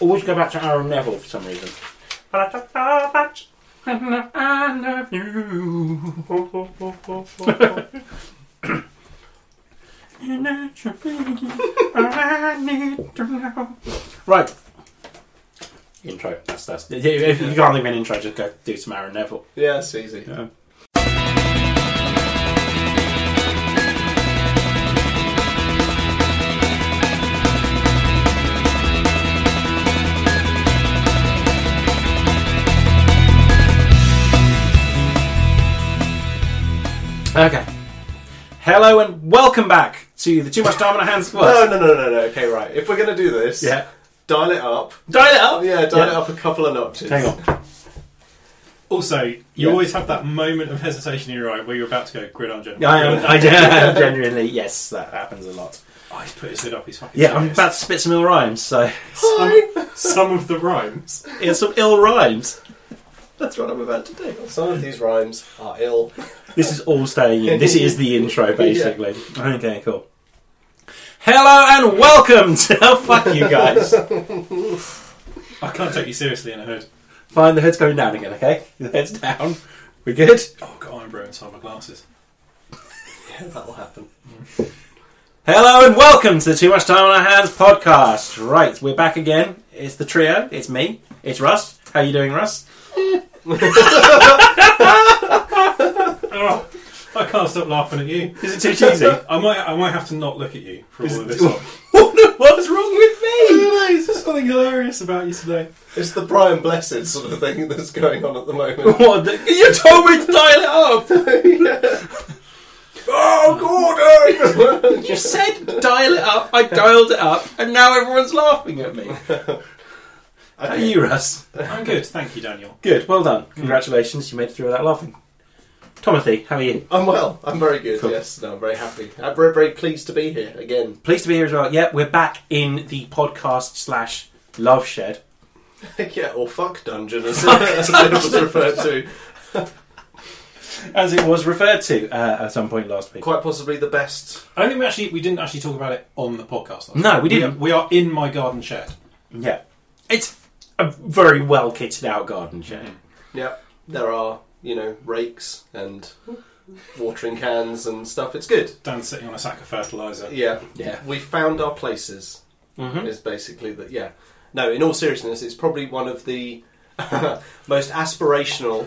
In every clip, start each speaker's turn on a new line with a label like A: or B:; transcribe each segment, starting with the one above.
A: always go back to Aaron Neville for some reason.
B: I love you. And that should be all I need to know.
A: Right. Intro. That's that's. If if you can't think of an intro, just go do some Aaron Neville.
C: Yeah, it's easy.
A: Yeah. Okay. Hello and welcome back to the Too Much Time on Our Hands
C: No,
A: Worth.
C: Oh, no, no, no, no. Okay, right. If we're gonna do this,
A: Yeah.
C: dial it up.
A: Dial it
C: Oh,
A: up.
C: yeah, dial
A: Yeah.
C: it up a couple of notches.
A: Hang on.
D: Also, you
A: Yeah.
D: always have that moment of hesitation in your eye where you're about to go gridiron general.
A: I am. I gen- genuinely yes, that happens a lot.
D: Oh, he's put his lid up. He's fucking.
A: Yeah, I'm
D: serious.
A: about to spit some ill rhymes. So
C: Hi.
D: Some of the rhymes.
A: it's some ill rhymes. That's what I'm about to do.
C: Some of these rhymes are ill.
A: This is all staying in. This is the intro, basically. Okay, cool. Hello and welcome to oh, fuck you guys.
D: I can't take you seriously in a hood.
A: Fine, the head's going down again. Okay, the head's down. We good?
D: Oh, I've got eyebrow inside my glasses.
C: Yeah, that'll happen.
A: Hello and welcome to the Too Much Time on Our Hands podcast. Right, we're back again. It's the trio. It's me. It's Rust. How you doing, Rust?
D: Oh, I can't stop laughing at you.
A: Is it too cheesy?
D: I might, I might have to not look at you for all of this.
A: What's wrong with me?
D: There's just something hilarious about you today.
C: It's the Brian Blessed sort of thing that's going on at the moment.
A: What? The, you told me to dial it up.
C: oh, Gordon!
A: You said dial it up. I dialed it up, and now everyone's laughing at me. How are you, Russ?
D: I'm good, thank you, Daniel.
A: Good. Well done. Congratulations. You made it through without laughing. Timothy, how are you?
C: I'm well. I'm very good.
A: Cool.
C: Yes, no, I'm very happy. I'm very, very pleased to be here again.
A: Pleased to be here as well. Yeah, we're back in the podcast slash love shed.
C: yeah, or fuck dungeon as, as it was referred to.
A: as it was referred to uh, at some point last week.
C: Quite possibly the best.
D: I don't think we actually we didn't actually talk about it on the podcast. last
A: No,
D: time.
A: we didn't.
D: We are, we are in my garden shed.
A: Yeah, it's a very well kitted out garden shed.
D: Mm-hmm.
C: Yeah, there are you know rakes and watering cans and stuff. It's good.
D: Dan's sitting on a sack of fertilizer.
C: Yeah,
A: Yeah.
C: We found our places.
D: Mm-hmm.
A: Mhm.
C: Is basically that. Yeah. No, in all seriousness, it's probably one of the most aspirational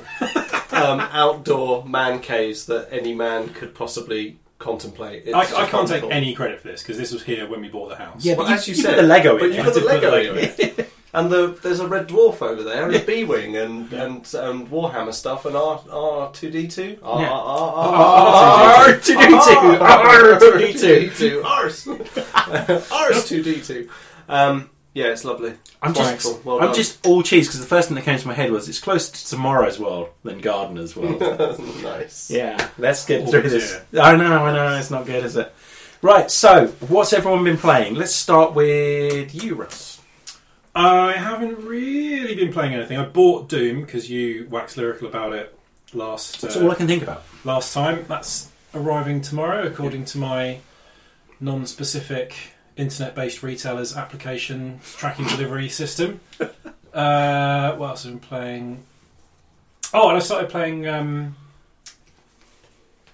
C: um, outdoor man caves that any man could possibly contemplate. It's
D: I,
C: just
D: I can't take
C: wonderful.
D: any credit for this because this was here when we bought the house.
A: Yeah,
C: Well,
A: but
C: as
A: you,
C: you
A: you
C: said,
A: put the Lego
C: But
A: in
C: you
A: it.
C: put the
D: did put
C: Lego
D: Lego
C: in it. And the, there's a red dwarf over there, and a bee wing, and,
D: Yeah.
C: and um, Warhammer stuff, and R R two D two, R
A: Yeah.
C: R
A: R2D2. R2D2.
C: R's two D two. Um, yeah, it's lovely.
A: I'm
C: It's
A: just,
C: wonderful. Well
A: I'm
C: done.
A: just all cheese because the first thing that came to my head was it's closer to tomorrow's world than Gardener's world.
C: nice.
A: yeah, let's get
D: Oh,
A: through this. I know, I know, it's not good, is it? Right, so what's everyone been playing? Let's start with you, Russ.
D: I haven't really been playing anything. I bought Doom because you waxed lyrical about it last
A: That's all I
D: uh,
A: can think about.
D: last time. That's arriving tomorrow, according to my non-specific internet-based retailers application tracking delivery system. Uh, what else have I been playing? Oh, and I started playing. Um,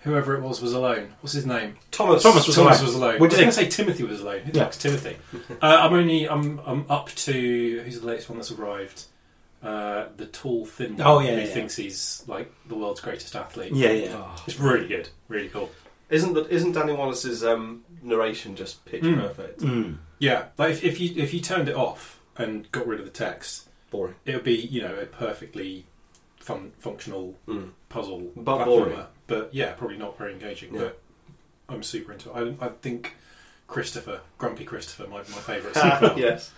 D: whoever it was was alone. What's his name?
C: Thomas.
A: Thomas was
D: Thomas
A: alone.
D: was alone.
A: What do
D: I
A: you
D: was going to say Timothy was alone. Who the
A: Yeah.
D: fuck's Timothy? Uh, I'm only I'm I'm up to who's the latest one that's arrived? Uh, the tall, thin one
A: Oh, yeah,
D: who
A: yeah.
D: thinks he's like the world's greatest athlete.
A: Yeah, yeah.
C: Oh.
D: It's really good, really cool.
C: Isn't the- isn't Danny Wallace's um, narration just pitch
D: Mm.
C: perfect?
A: Mm.
D: Yeah, like if, if you if you turned it off and got rid of the text,
C: Boring.
D: it would be you know a perfectly fun functional
C: Mm.
D: puzzle
C: But
D: platformer.
C: boring.
D: But yeah, probably not very engaging.
C: Yeah.
D: But I'm super into it. I, I think Christopher, Grumpy Christopher, my, my favourite. so far.
C: yes.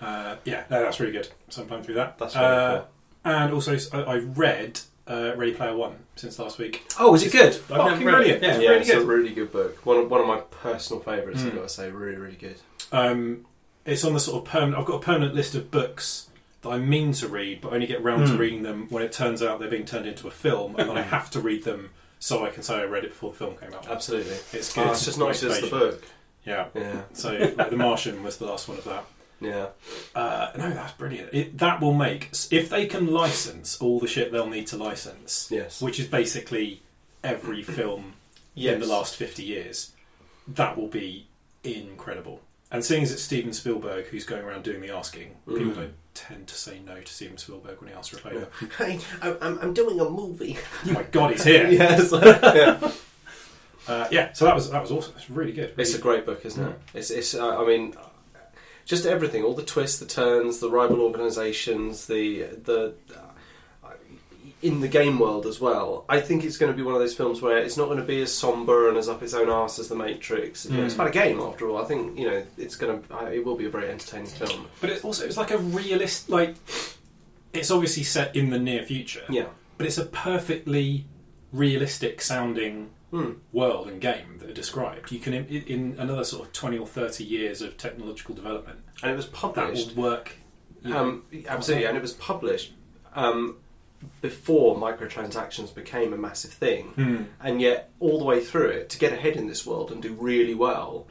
D: Uh, yeah, no, that's really good. So I'm playing through that.
C: That's very
D: uh, And also, s- I, I read uh, Ready Player One since last week.
A: Oh, is it good? I've
D: Fucking
A: never read it.
D: brilliant. Yeah,
C: Yeah,
D: it's really
C: it's a
D: good.
C: really good Hmm. book. One of, one of my personal favourites, I've
D: Mm.
C: got to say. Really, really good.
D: Um, it's on the sort of permanent. I've got a permanent list of books that I mean to read, but only get round to
A: Hmm.
D: reading them when it turns out they're being turned into a film, and then I have to read them so I can say I read it before the film came out.
C: Absolutely.
D: It's good.
C: Oh, it's just
D: Great
C: nice as the
D: occasion.
C: book.
D: Yeah.
C: Yeah.
D: So like, The Martian was the last one of that.
C: Yeah.
D: Uh, no, that's brilliant. It, that will make if they can license all the shit they'll need to license,
C: Yes.
D: which is basically every film in the last fifty years. That will be incredible. And seeing as it's Steven Spielberg who's going around doing the asking, people
C: Mhm.
D: don't tend to say no to Steven Spielberg when he asks for a favour.
C: Hey, I- I'm, I'm doing a movie.
D: oh my god, he's here! Yeah.
C: yes. yeah.
D: Uh, yeah, so that was that was awesome. It's really good.
C: It's a
D: Really-
C: great book, isn't it? It's, it's uh, I mean, just everything, all the twists, the turns, the rival organisations, the the uh, in the game world as well. I think it's going to be one of those films where it's not going to be as somber and as up its own arse as The Matrix. You know, it's
D: Mm.
C: about a game after all. I think you know it's going to. Uh, it will be a very entertaining film.
D: but it's also it's like a realist like it's obviously set in the near future.
C: Yeah.
D: but it's a perfectly realistic sounding
C: Hmm.
D: world and game that are described. You can in, in another sort of twenty or thirty years of technological development,
C: And it was
D: that
C: published.
D: will work. you know.
C: Um, absolutely, and it was published um, before microtransactions became a massive thing,
D: Hmm.
C: and yet all the way through it, to get ahead in this world and do really well,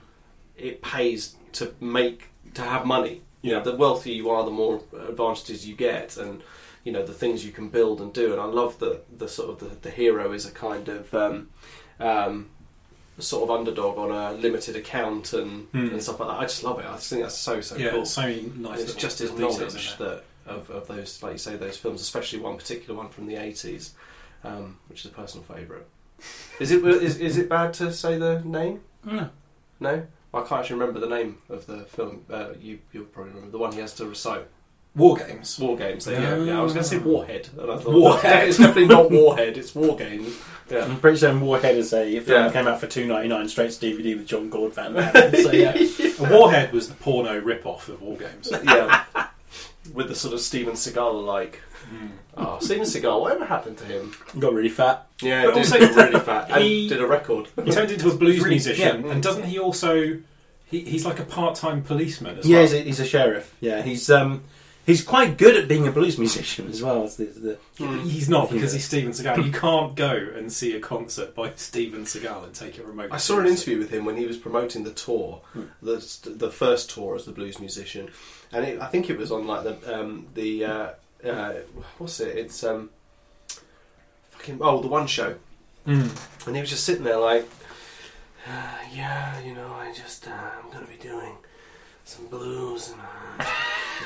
C: it pays to make to have money. You know,
D: Yeah.
C: the wealthier you are, the more advantages you get, and you know the things you can build and do. And I love that the sort of the, the hero is a kind of um, um, sort of underdog on a limited account and,
D: Hmm.
C: and stuff like that. I just love it. I just think that's so so
D: yeah,
C: cool.
D: it's so many nice.
C: It's
D: little
C: just his
D: details in
C: knowledge
D: there.
C: that of, of those, like you say, those films, especially one particular one from the eighties, um, which is a personal favourite. Is it is, is it bad to say the name?
A: No.
C: No, I can't actually remember the name of the film. Uh, you you'll probably remember the one he has to recite.
D: War games.
C: War Games. There you go. Yeah, I was going to say Warhead, and I thought
D: Oh. Warhead.
C: It's definitely not Warhead. It's War Games. Yeah.
A: I'm pretty sure Warhead is a film
C: Yeah.
A: that came out for two ninety nine straight to DVD with John Gord Van Damme. So yeah,
D: And Warhead was the porno rip-off of War Games.
C: yeah. With the sort of Steven Seagal like.
D: Hmm.
C: Oh, Steven Seagal, whatever happened to him?
A: got really fat.
C: Yeah,
D: But
C: dude,
D: also-
C: really fat. And
D: he-
C: did a record.
D: He turned into a blues
A: Really-
D: musician,
C: yeah.
D: and doesn't he also? He, he's like a part-time policeman as
A: Yeah,
D: well.
A: he's a, he's a sheriff. Yeah, he's um he's quite good at being a blues musician as well. As the, the...
C: Hmm.
D: He's not because
A: Yeah.
D: he's Steven Seagal. You can't go and see a concert by Steven Seagal and take it remotely.
C: I saw an
D: seriously.
C: interview with him when he was promoting the tour, the the first tour as the blues musician, and it, I think it was on like the um, the uh, uh, what's it? It's um, fucking oh the one show,
A: Hmm.
D: Mm.
C: and he was just sitting there like, uh, yeah, you know, I just uh, I'm gonna be doing some blues and. Uh,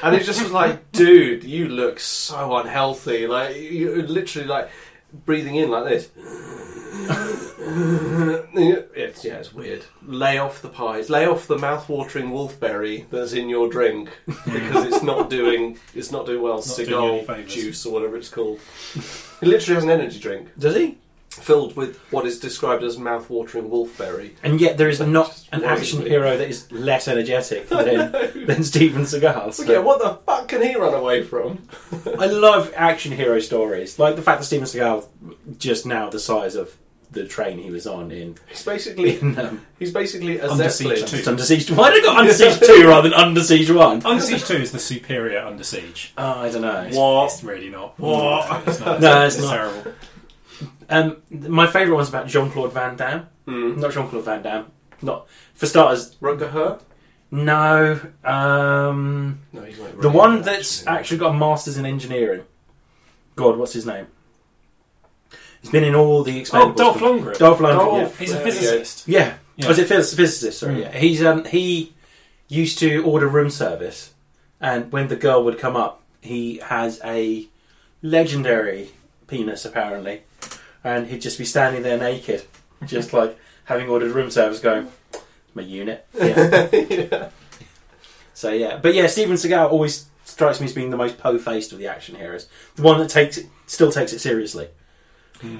C: and it just was like, dude, you look so unhealthy. Like you you're literally like breathing in like this. it's, yeah, it's weird. Lay off the pies. Lay off the mouth-watering wolfberry that's in your drink because it's not doing it's not doing well.
D: Not doing you any
C: Cigar
D: favours.
C: juice or whatever it's called. He literally has an energy drink
A: Does he?
C: filled with what is described as mouth-watering wolfberry.
A: And yet there is not an
C: Wasn't
A: action
C: he?
A: hero that is less energetic than than Steven Seagal.
C: But
A: so-
C: yeah, what the fuck can he run away from?
A: I love action hero stories, like the fact that Steven Seagal just now the size of the train he was on in.
C: He's basically
A: in um,
C: he's basically a
D: Under
C: zeppelin.
D: Siege Two.
A: Under Siege. Why did I got Under Siege Two rather than Under Siege One?
D: Under Siege Two is the superior Under Siege.
A: Oh, I don't know.
D: It's really not.
A: What?
D: It's not.
A: No, it's not. Oh,
D: terrible.
A: Um, th- my favourite one's about Jean Claude Van Damme.
C: Mm.
A: Not Jean Claude Van Damme. Not for starters.
C: Rutger Hauer?
A: No. Um,
C: No, he's not.
A: the one that's actually got a masters in engineering. God, what's his name? He's been in all the
D: Oh,
A: Expendables.
D: Dolph Lundgren. Oh,
A: Dolph Lundgren,
C: Dolph.
A: yeah.
D: He's
C: There
D: a
C: we go.
D: physicist.
A: Yeah.
D: Yeah.
A: Was it phys- physicist? Sorry.
D: Mm.
A: Yeah. He's um he used to order room service, and when the girl would come up, he has a legendary penis apparently, and he'd just be standing there naked, just like having ordered room service, going, "My unit." Yeah. So yeah, but yeah, Steven Seagal always strikes me as being the most po-faced of the action heroes, the one that takes it, still takes it seriously.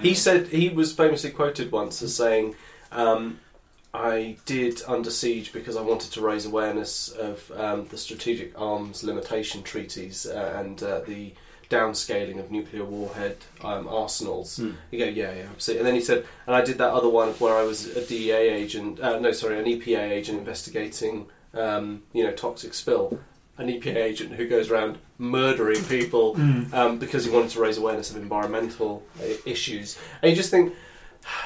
C: He said he was famously quoted once as saying, um, "I did Under Siege because I wanted to raise awareness of um, the strategic arms limitation treaties uh, and uh, the downscaling of nuclear warhead um, arsenals."
A: Hmm.
C: You go, yeah, yeah, absolutely. And then he said, "And I did that other one where I was a DEA agent, uh, no, sorry, an EPA agent investigating, um, you know, toxic spill." An EPA agent who goes around murdering people
A: Hmm.
C: um, because he wanted to raise awareness of environmental uh, issues. And you just think,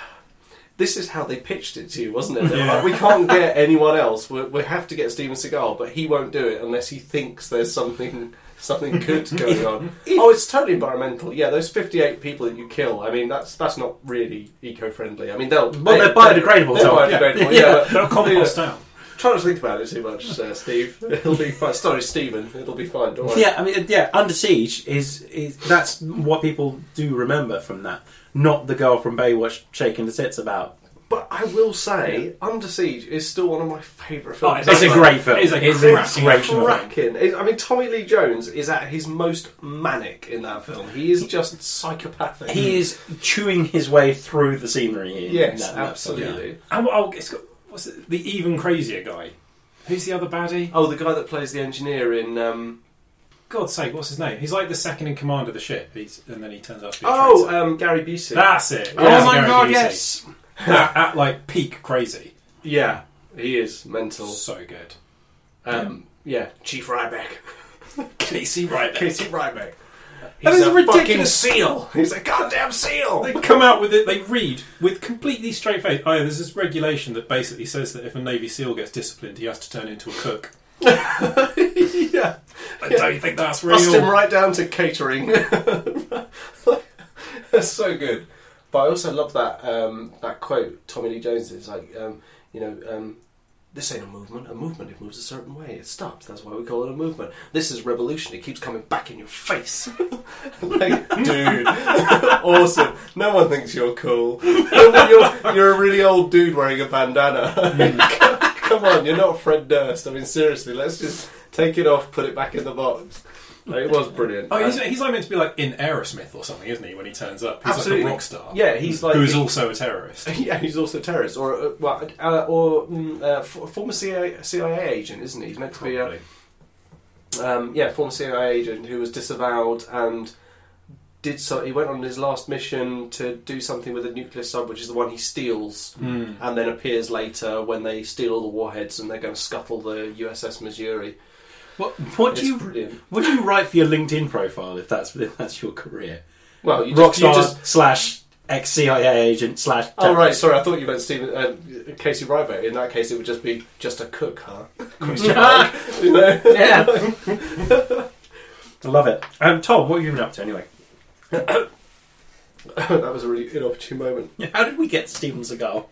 C: this is how they pitched it to you, wasn't it? They were
D: Yeah.
C: like, we can't get anyone else. We, we have to get Steven Seagal, but he won't do it unless he thinks there's something something good going on. oh, it's totally environmental. Yeah, those 58 people that you kill. I mean, that's that's not really eco-friendly. I mean, they'll
A: Well, they're biodegradable,
C: They're
A: Tom.
C: biodegradable. Yeah,
A: Yeah.
C: but
D: They'll compost out.
C: Try not to think about it too much, uh, Steve. It'll be fine. Sorry, Stephen. It'll be fine. Don't worry.
A: Yeah, I mean, yeah, Under Siege is, is that's what people do remember from that. Not the girl from Baywatch shaking the tits about.
C: But I will say, Under Siege is still one of my favourite
D: Oh,
C: films.
A: It's a great film.
D: It is a cracking
A: great
D: film.
C: cracking. It- I mean, Tommy Lee Jones is at his most manic in that film. He is just psychopathic.
A: He is chewing his way through the scenery. In
C: yes,
A: that- that film,
C: absolutely.
D: And what- oh, it's got what's it, the even crazier guy. Who's the other baddie?
C: Oh, the guy that plays the engineer in. Um,
D: God's sake, what's his name? He's like the second in command of the ship. He's, and then he turns out to be. a
C: oh,
D: traitor.
C: um, Gary Busey.
D: that's it.
A: yeah. uh,
D: That's
A: Oh my
D: Gary
A: god,
D: Busey.
A: yes!
D: at, at, like peak crazy.
C: yeah, he is mental.
D: So good.
C: Um, yeah, Chief Ryback.
D: Casey Ryback.
C: Casey Ryback.
A: That
C: He's
A: is
C: a fucking
A: ridiculous.
C: seal. He's a goddamn seal.
D: They come out with it. They read with completely straight face. Oh, yeah, there's this regulation that basically says that if a Navy SEAL gets disciplined, he has to turn into a cook.
C: yeah.
D: I don't think that's real.
C: Bust him right down to catering. That's so good. But I also love that um, that quote Tommy Lee Jones is like, um, you know, um, this ain't a movement. A movement it moves a certain way. It stops. That's why we call it a movement. This is revolution. It keeps coming back in your face. like, dude, awesome. No one thinks you're cool. You're, you're a really old dude wearing a bandana. Come on, you're not Fred Durst. I mean, seriously, let's just take it off, put it back in the box. Like, it was brilliant.
D: Oh, he's, he's like meant to be like in Aerosmith or something, isn't he? When he turns up, he's
C: Absolutely.
D: like a rock star.
C: yeah, he's like
D: who is also a terrorist.
C: Yeah, he's also a terrorist, or uh, well, uh, or mm, uh, f- former CIA, CIA agent, isn't he? He's meant to be a
D: Probably.
C: um, yeah former CIA agent who was disavowed and did so. He went on his last mission to do something with a nuclear sub, which is the one he steals,
D: Mm.
C: and then appears later when they steal all the warheads and they're going to scuttle the USS Missouri.
A: What, what
C: It's
A: do you
C: brilliant.
A: what do you write for your LinkedIn profile if that's if that's your career?
C: Well, you just, you
A: Rockstar
C: just
A: slash ex CIA agent slash.
C: Oh right, sorry. I thought you meant Stephen um, Casey Ryback. In that case, it would just be just a cook, huh? Question mark. you know?
A: Yeah. I love it. Um, Tom, what have you been up to anyway?
C: that was a really inopportune moment.
A: How did we get Steven Seagal?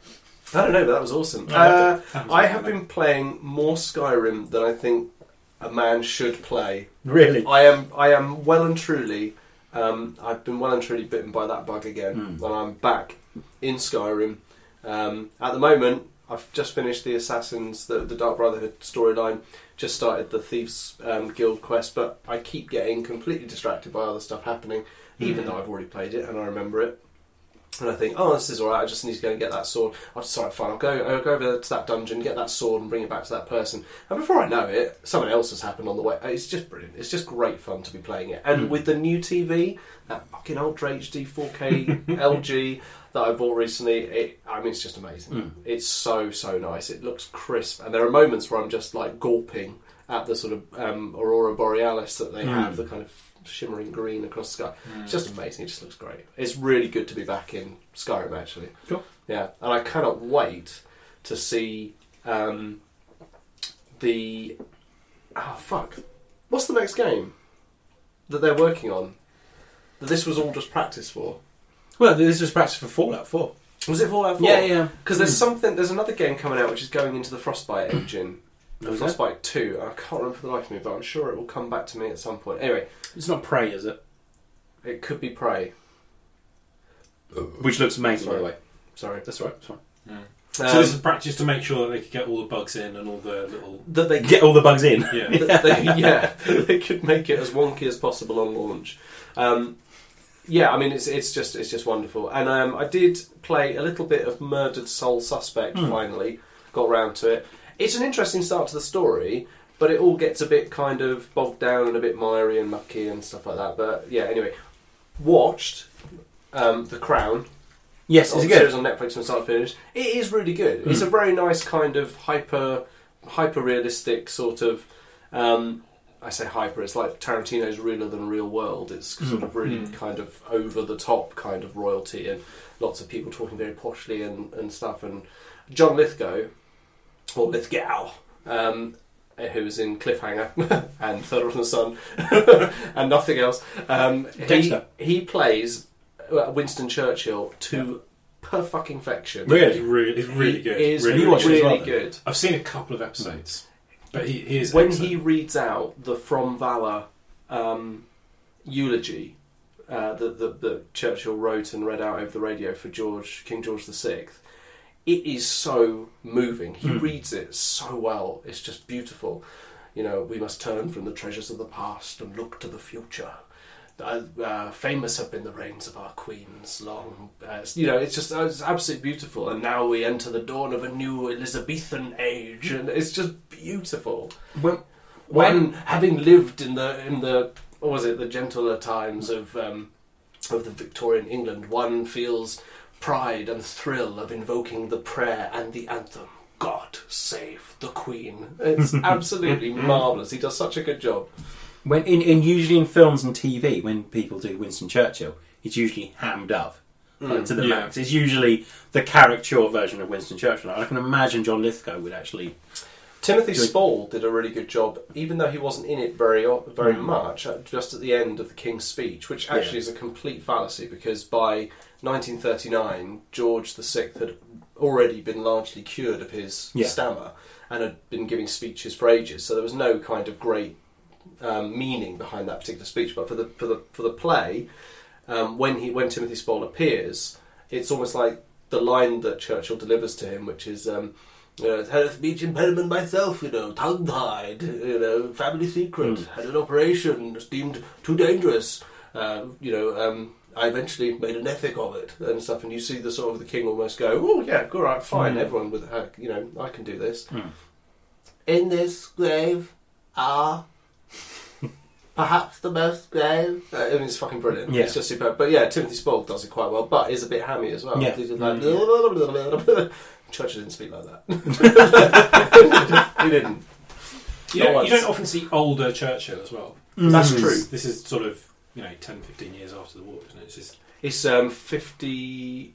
C: I don't know, but that was awesome.
D: I loved
C: Uh,
D: it. Oh, That was
C: I
D: really
C: have
D: good.
C: been playing more Skyrim than I think a man should play.
A: Really?
C: I am, I am well and truly, um, I've been well and truly bitten by that bug again, and I'm back in Skyrim. Um, at the moment, I've just finished the Assassins, the, the Dark Brotherhood storyline. Just started the Thieves um, Guild quest, but I keep getting completely distracted by other stuff happening, even though I've already played it and I remember it. And I think, oh, this is all right. I just need to go and get that sword. I'm sorry, fine. I'll go. I'll go over to that dungeon, get that sword, and bring it back to that person. And before I know it, something else has happened on the way. Uh, It's just brilliant. It's just great fun to be playing it. And with the new TV, that fucking Ultra HD 4K LG that I bought recently, it, I mean, it's just amazing. It's so so nice. It looks crisp, and there are moments where I'm just like gulping at the sort of um, aurora borealis that they have, the kind of shimmering green across the sky. It's just amazing. It just looks great. It's really good to be back in Skyrim, actually.
A: Cool.
C: Yeah, and I cannot wait to see um, the oh fuck, what's the next game that they're working on? That this was all just practice for.
A: Well, this was practice for Fallout 4.
C: Was it Fallout 4?
A: Yeah, yeah.
C: Because there's something, there's another game coming out which is going into the Frostbite engine.
A: Oh, is it?
C: Frostbite 2. I can't remember for the life of me, but I'm sure it will come back to me at some point. Anyway,
A: It's not Prey, is it?
C: it could be Prey.
A: Which looks amazing, by the way.
C: Sorry.
A: That's right. That's right.
C: Um,
D: so this is practice to make sure that they could get all the bugs in and all the little
C: that they
A: Get all the bugs in.
D: yeah.
C: that they, yeah, they could make it as wonky as possible on launch. Um, yeah, I mean it's it's just it's just wonderful. And um, I did play a little bit of Murdered Soul Suspect. Finally, got round to it. It's an interesting start to the story, but it all gets a bit kind of bogged down and a bit miry and mucky and stuff like that. But yeah, anyway, watched um, The Crown
A: Yes,
C: on
A: is it
C: series
A: good? Hmm.
C: on Netflix from start to finish. It is really good. It's a very nice kind of hyper hyper realistic sort of um, I say hyper. It's like Tarantino's realer than real world. It's
A: Hmm.
C: sort of really
D: Mm.
C: kind of over the top kind of royalty and lots of people talking very poshly and, and stuff. And John Lithgow, or Lithgow, um, who was in Cliffhanger and Third Rock from the Sun and nothing else. Um, he,
A: Dexter.
C: he plays uh, Winston Churchill to per fucking faction.
A: Really?
D: It's really, it's really
C: He
D: good.
C: Is
D: really,
C: really,
A: You watch it as well, then?
C: good.
D: I've seen a couple of episodes, but he, he is
C: when
D: excellent.
C: he reads out the From Valor um, eulogy uh, that, that, that Churchill wrote and read out over the radio for George King George VI, it is so moving. He
A: Hmm.
C: reads it so well. It's just beautiful. You know, we must turn from the treasures of the past and look to the future. Uh, uh, famous have been the reigns of our queens, long. Uh, you know, it's just uh, it's absolutely beautiful. And now we enter the dawn of a new Elizabethan age, and it's just beautiful
A: When, when
C: when having lived in the in the what was it the gentler times of um, of the Victorian England, one feels pride and thrill of invoking the prayer and the anthem. God save the Queen. It's absolutely marvellous. He does such a good job.
A: When in, in usually in films and TV, when people do Winston Churchill, it's usually hammed up like, to the
D: yeah.
A: max. It's usually the caricature version of Winston Churchill. I can imagine John Lithgow would actually.
C: Timothy
A: Good.
C: Spall did a really good job, even though he wasn't in it very o- very
A: Mm.
C: much. uh, Just at the end of the King's speech, which actually is a complete fallacy, because by 1939 George VI had already been largely cured of his
A: Yeah.
C: stammer and had been giving speeches for ages. So there was no kind of great um, meaning behind that particular speech. But for the for the for the play, um, when he when Timothy Spall appears, it's almost like the line that Churchill delivers to him, which is. Um, you know, had a speech impediment myself, you know, tongue tied, you know, family secret, had an operation deemed too dangerous. Uh, you know, um, I eventually made an ethic of it and stuff. And you see the sort of the king almost go, oh, yeah, all right, fine,
A: Mm.
C: everyone with, uh, you know, I can do this.
A: Mm.
C: In this grave are perhaps the most grave. Uh, I mean, it's fucking brilliant.
A: Yeah.
C: It's just superb. But yeah, Timothy Spall does it quite well, but is a bit hammy as well.
A: Yeah.
C: He's just like, Churchill didn't speak like that. he didn't.
D: you, don't,
C: once.
D: you don't often see older Churchill as well.
C: That's
D: This
C: true.
D: is- This is sort of you know 10, 15 years after the war, isn't it? It's just
C: It's um, 50,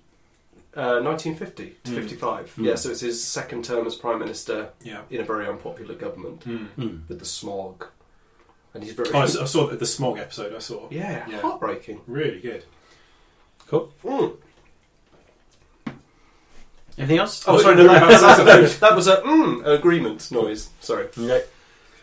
C: uh, 1950 to
D: Mm.
C: 55.
A: Mm.
C: Yeah, so it's his second term as Prime Minister
D: yeah.
C: in a very unpopular government
D: Mm.
A: Hmm.
C: with the smog. And he's very.
D: Oh, I, s- I saw the, the smog episode. I saw
C: yeah,
D: Yeah.
C: heartbreaking.
D: really good.
C: Mm.
A: Anything else?
C: Oh, sorry, no, that was, that was, that was a mm, agreement noise. Sorry.
A: No.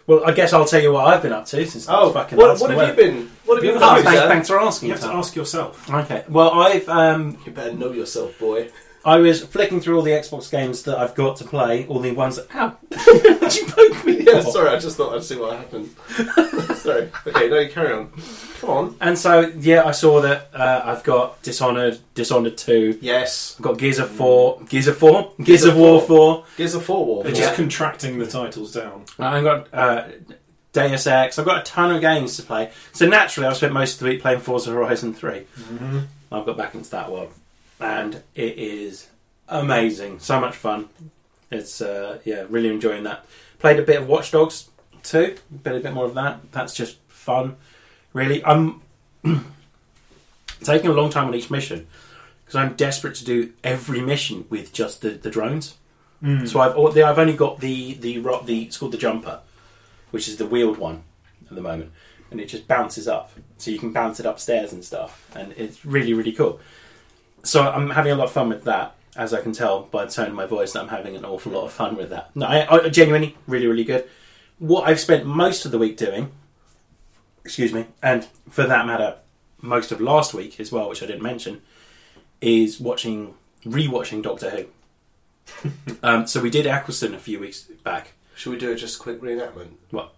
A: Well, I guess I'll tell you what I've been up to since. I was
C: Oh,
A: fucking
C: what,
A: last
C: what have
A: week.
C: you been? What have you
D: You
C: been
D: have
A: Oh,
C: up
D: to
C: to?
A: thanks,
C: Dan?
A: thanks for asking.
D: You have to
A: Tom.
D: ask yourself.
A: Okay. Well, I've um,
C: You better know yourself, boy.
A: I was flicking through all the Xbox games that I've got to play, all the ones that. Ow! Did you poke me?
C: Yeah, sorry, I just thought I'd see what happened. sorry. Okay, no, you carry on. Come on.
A: And so, yeah, I saw that uh, I've got Dishonored, Dishonored 2,
C: Yes.
A: I've got Gears of 4, Gears of 4, Mm. Gears of War 4,
C: Gears of Four War.
D: They're
A: Yeah.
D: just contracting the titles down.
A: and I've got uh, Deus Ex, I've got a ton of games to play. So naturally, I've spent most of the week playing Forza Horizon 3. I've got back into that one, and it is amazing. So much fun. It's uh, yeah, really enjoying that. Played a bit of Watch Dogs too. Bit a bit more of that. That's just fun. Really, I'm taking a long time on each mission because I'm desperate to do every mission with just the, the drones. So I've al- I've only got the the ro- the it's called the jumper, which is the wheeled one at the moment, and it just bounces up. So you can bounce it upstairs and stuff, and it's really really cool. So I'm having a lot of fun with that, as I can tell by the tone of my voice that I'm having an awful lot of fun with that. No, I, I genuinely really really good. What I've spent most of the week doing, excuse me, and for that matter, most of last week as well, which I didn't mention, is watching rewatching Doctor Who. Um, so we did Eccleston a few weeks back.
C: Should we do just a quick reenactment?
A: What?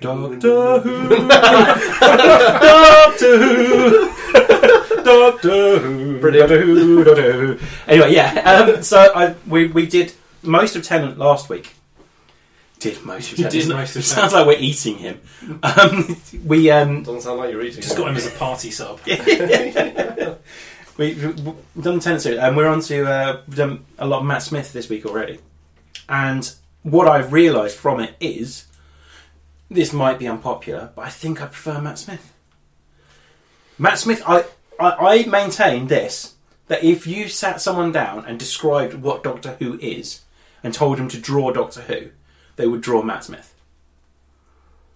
A: Doctor Who. Doctor Who. Doctor Who.
C: Brilliant.
A: Doctor Who. Doctor Who. Anyway, yeah. Um, so I, we we did most of Tenant last week. Did most of
D: You
A: Tenant?
D: did most of
A: Sounds like we're eating him. Um, we um,
C: Doesn't sound like you're eating.
D: Just got him as a party sub.
A: We, we- we've done the tennis series, and we're on to uh, we've done a lot of Matt Smith this week already. And what I've realised from it is, this might be unpopular, but I think I prefer Matt Smith. Matt Smith, I, I, I maintain this that if you sat someone down and described what Doctor Who is and told him to draw Doctor Who, they would draw Matt Smith.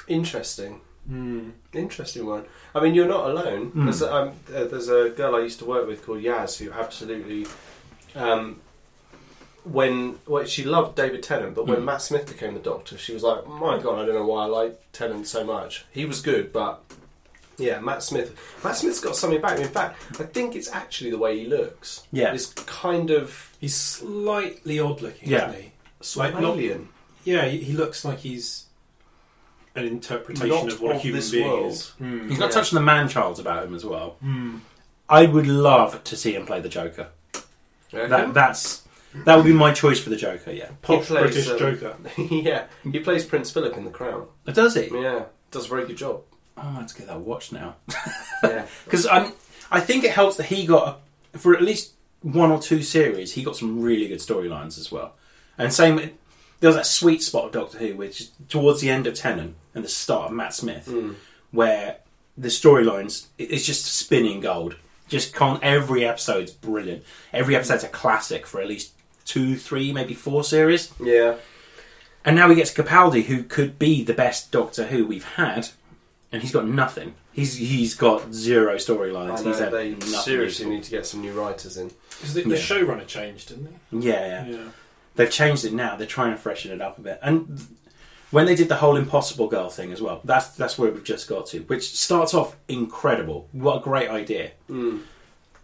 C: Interesting.
D: Hmm.
C: Interesting one. I mean, you're not alone.
A: Mm.
C: There's, a, um, uh, there's a girl I used to work with called Yaz who absolutely, um, when well, she loved David Tennant, but when
D: Hmm.
A: Mm.
C: Matt Smith became the Doctor, she was like, "My God, I don't know why I like Tennant so much. He was good, but yeah, Matt Smith. Matt Smith's got something about him. In fact, I think it's actually the way he looks.
A: Yeah.
C: it's kind of
D: He's slightly odd looking,
A: Yeah.
D: isn't he?
C: sort of
D: Like, not-
C: alien,
D: Yeah, he, he looks like he's an interpretation
C: not
D: of what a
C: of
D: human
C: this
D: being
C: world.
D: is. Mm.
A: He's got
C: Yeah.
A: touch on the man childs about him as well.
D: Mm.
A: I would love to see him play the Joker.
C: Yeah.
A: That that's that would be my choice for the Joker. Yeah,
D: Posh
C: plays,
D: British
C: um,
D: Joker.
C: yeah, he plays Prince Philip in The Crown.
A: does he?
C: Yeah, does a very good job.
A: I have to get that watch now
C: Yeah.
A: because I'm. I think it helps that he got for at least one or two series. He got some really good storylines as well, and same. with- There was that sweet spot of Doctor Who, which is towards the end of Tennant and the start of Matt Smith, where the storylines it- it's just spinning gold. Just con every episode's brilliant. Every episode's a classic for at least two, three, maybe four series.
C: Yeah.
A: And now we get to Capaldi, who could be the best Doctor Who we've had, and he's got nothing. He's he's got zero storylines.
C: I
A: He's
C: know
A: had
C: they
A: nothing
C: seriously
A: useful.
C: need to get some new writers in.
D: 'Cause the, the
A: yeah.
D: showrunner changed, didn't
A: Yeah,
D: he?
A: yeah,
D: Yeah.
A: They've changed it now. They're trying to freshen it up a bit. And th- when they did the whole Impossible Girl thing as well, that's that's where we've just got to, which starts off incredible. What a great idea!
C: Hmm.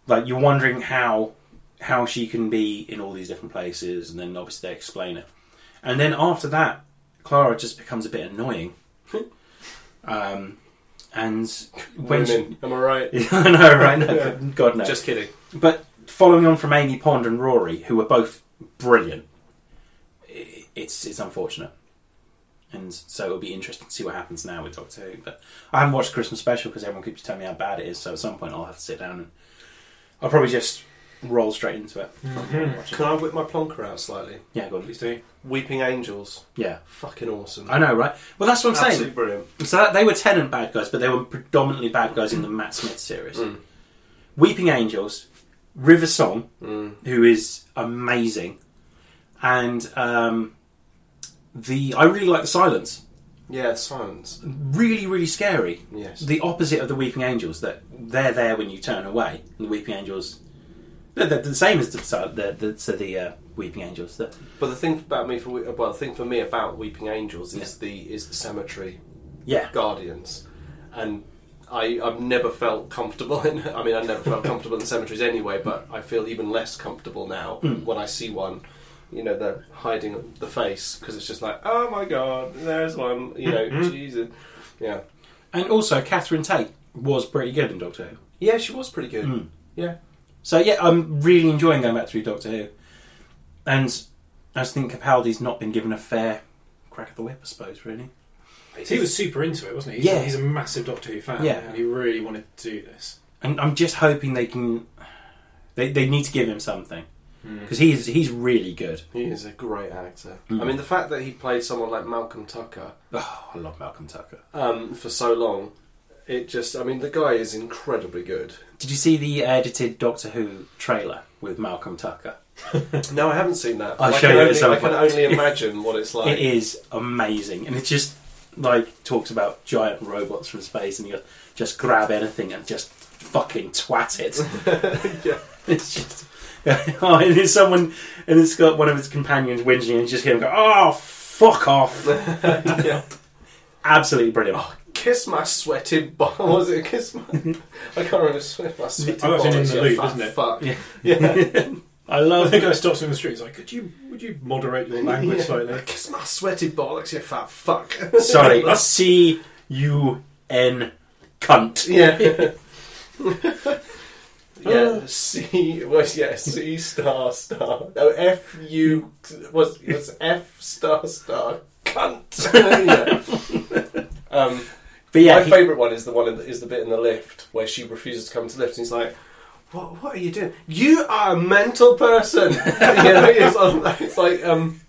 A: Like you're wondering how how she can be in all these different places, and then obviously they explain it. And then after that, Clara just becomes a bit annoying. um, and when she,
C: Women, am I right?
A: I know, right? No,
C: Yeah.
A: God no.
C: Just kidding.
A: But following on from Amy Pond and Rory, who were both brilliant, i- it's it's unfortunate, and so it'll be interesting to see what happens now with Doctor Who. But I haven't watched the Christmas special because everyone keeps telling me how bad it is. So at some point, I'll have to sit down and I'll probably just roll straight into it. Watch it.
C: Can I whip my plonker out slightly?
A: Yeah, go on.
D: Please do.
C: Weeping Angels,
A: Yeah,
C: fucking awesome.
A: I know, right? Well, that's what I'm
C: Absolutely
A: saying.
C: brilliant.
A: So that, they were Tenant bad guys, but they were predominantly bad guys in the Matt Smith series.
C: Mm.
A: Weeping Angels, River Song,
C: Mm.
A: who is amazing, and um, the I really like the silence.
C: Yeah, silence.
A: Really, really scary.
C: Yes.
A: The opposite of the Weeping Angels that they're there when you turn away. And the Weeping Angels, they're, they're the same as the sil- the, the so the uh, Weeping Angels. The,
C: but the thing about me for we- well, the thing for me about Weeping Angels is the is the cemetery
A: yeah,
C: guardians, and I I've never felt comfortable in. I mean, I never felt comfortable in cemeteries anyway, but I feel even less comfortable now
A: Hmm.
C: when I see one. You know, they're hiding the face because it's just like, oh my god, there's one. You know,
A: Mm-hmm.
C: Jesus. Yeah,
A: and also Catherine Tate was pretty good in Doctor Who.
C: yeah, she was pretty good.
A: Mm.
C: Yeah,
A: So yeah, I'm really enjoying going back through Doctor Who, and I just think Capaldi's not been given a fair crack of the whip, I suppose. Really,
D: He was super into it, wasn't he? He's-
A: Yeah.
D: He's a massive Doctor Who fan.
A: Yeah.
D: And he really wanted to do this.
A: and I'm just hoping they can. They, they need to give him something because he's he's really good.
C: he is a great actor.
A: Mm.
C: I mean, the fact that he played someone like Malcolm Tucker
A: Oh, I love Malcolm Tucker.
C: um, for so long, it just—I mean, the guy is incredibly good.
A: Did you see the edited Doctor Who trailer with Malcolm Tucker?
C: No, I haven't seen that.
A: I'll
C: I
A: show
C: can
A: you at
C: only,
A: some
C: I can
A: point.
C: only imagine what it's like.
A: It is amazing, and it just like talks about giant robots from space, and you just grab anything and just fucking twat it.
C: yeah.
A: It's just. oh, and it's someone, and it's got one of his companions whinging, and you just hear him go, "Oh, fuck off!"
C: yeah.
A: Absolutely brilliant.
C: Kiss my sweated bum. Was it kiss my? I can't remember. Sweat my sweated
D: Oh,
C: bum.
D: that's in the loop,
C: fat
D: isn't it?
C: Fuck.
A: Yeah.
C: Yeah.
A: I
D: Well,
A: love
D: the guy stops him in the street. He's like, "Could you would you moderate your language
C: Yeah.
D: slightly?"
C: Kiss my sweaty bollocks, you fat fuck.
A: Sorry, C U N cunt.
C: yeah. yeah. C was yeah. C star star. No F U was it was F star star cunt. yeah. Um.
A: But yeah,
C: My
A: he-
C: favourite one is the one in the, is the bit in the lift where she refuses to come to lift, and he's like, what, what are you doing? You are a mental person. you know, it's, like- it's like, um,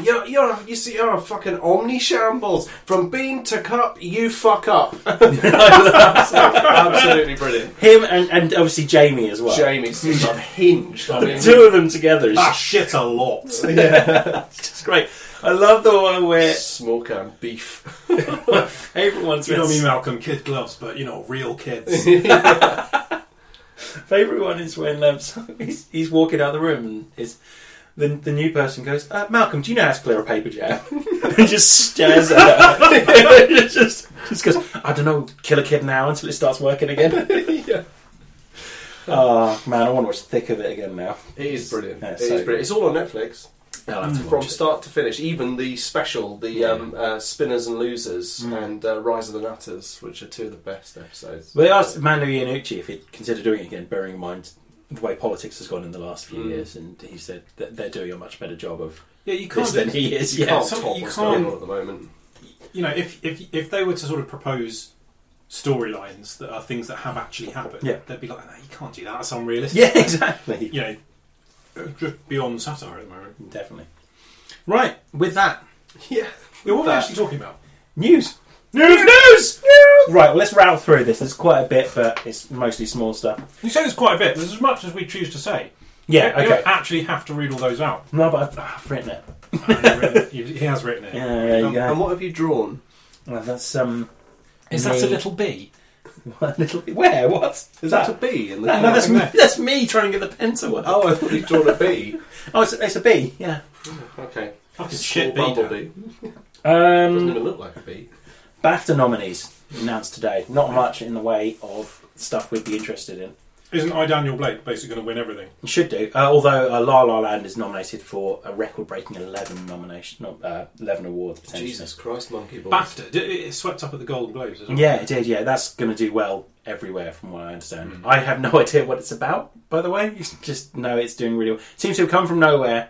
C: you're, you're, a- you see, you're a fucking omni shambles. From bean to cup, you fuck up. absolutely brilliant.
A: Him and, and obviously Jamie as well.
C: Jamie's just unhinged. I mean,
A: The two of them together is
E: Ah, shit a lot.
A: just great. I love the one where
C: smoker and beef.
A: favourite ones
D: You know
A: when
D: me, Malcolm, kid gloves, but you know, real kids.
A: Favorite one is when um, so- he's, he's walking out the room and his, the, the new person goes, uh, Malcolm, do you know how to clear a paper jam? and just stares at her. It's just, just goes, I don't know, kill a kid now until it starts working again.
C: yeah.
A: oh, man, I want to watch the thick of it again now.
C: It is brilliant.
A: Yeah,
C: It
A: so
C: is
A: good.
C: brilliant. It's all on Netflix.
A: I'll have to
C: from
A: watch it.
C: start to finish, even the special, the
A: Yeah.
C: um, uh, Spinners and Losers and uh, Rise of the Nutters, which are two of the best episodes.
A: They asked Manu Iannucci if he'd consider doing it again, bearing in mind the way politics has gone in the last few
C: Mm.
A: years, and he said that they're doing a much better job of
D: yeah, you
A: this
D: can't.
A: than
D: do-
A: he is.
C: you
A: Yeah.
C: can't
D: some-
C: top
D: you
C: what's going
D: can't-
C: on at the moment.
D: You know, if if if they were to sort of propose storylines that are things that have actually happened,
A: Yeah.
D: they'd be like, no, you can't do that. That's unrealistic.
A: Yeah, exactly.
D: You know, uh, just beyond satire at the moment.
A: Definitely. Right, with that,
C: Yeah.
D: Yeah, what are we
C: That-
D: actually talking about?
A: news. News, news! Right, well, let's rattle through this. There's quite a bit, but it's mostly small stuff.
D: You say this quite a bit. There's as much as we choose to say.
A: Yeah,
D: You
A: okay.
D: don't actually have to read all those out.
A: No, but I've, ah, I've written it.
D: he he has written it.
A: Yeah, yeah,
C: Um,
A: yeah.
C: And what have you drawn?
A: Well, that's um,
D: Is that a
A: me.
D: little bee?
A: a little bit. Where? What? Is
C: Is that,
A: that?
C: a bee? In the
A: No, no, that's me,
D: there.
A: that's me trying to get the pen to work.
C: Oh, I thought you'd drawn a bee.
A: Oh, it's, a- it's a bee. Yeah.
C: Okay.
D: Fucking
C: Small
D: shit bee. Dan.
C: bumblebee. Doesn't
A: Um,
C: even look like a bee.
A: BAFTA nominees announced today. Not much in the way of stuff we'd be interested in.
D: Isn't I Daniel Blake basically going to win everything?
A: It should do. Uh, although uh, La La Land is nominated for a record-breaking eleven nomination, not uh, eleven awards potentially.
C: Jesus Christ, monkey boy.
D: BAFTA. Did- It it swept up at the Golden Globes as well.
A: Yeah, it did. Yeah, that's going to do well everywhere, from what I understand. I have no idea what it's about, by the way. Just know it's doing really well. Seems to have come from nowhere,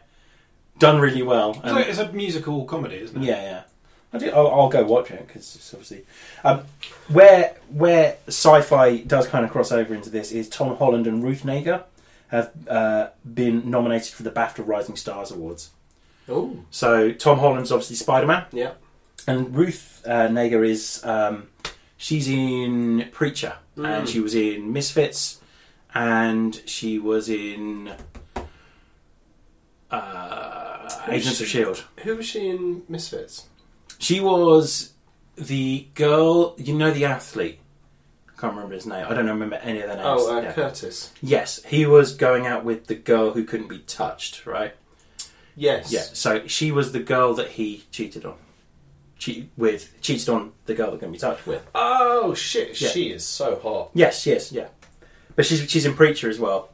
A: done really well.
D: It's
A: and-
D: like- it's a musical comedy, isn't it?
A: yeah, yeah. I do, I'll, I'll go watch it because it's obviously um, where where sci-fi does kind of cross over into this is Tom Holland and Ruth Nager have uh, been nominated for the BAFTA Rising Stars Awards.
C: Oh,
A: So Tom Holland's obviously Spider-Man,
C: yeah.
A: and Ruth uh, Nager is um, she's in Preacher, and
C: Mm.
A: she was in Misfits, and she was in uh,
C: Who's
A: Agents
C: she?
A: of Shield.
C: Who was she in Misfits?
A: She was the girl, you know, the athlete. Can't remember his name. I don't remember any of their names.
C: Oh, uh,
A: Yeah.
C: Curtis.
A: yes, he was going out with the girl who couldn't be touched, right?
C: Yes.
A: Yeah. So she was the girl that he cheated on, cheat with, cheated on the girl that couldn't be touched with.
C: Oh, shit.
A: Yeah.
C: She is so hot.
A: Yes, yes, yeah. But she's she's in Preacher as well.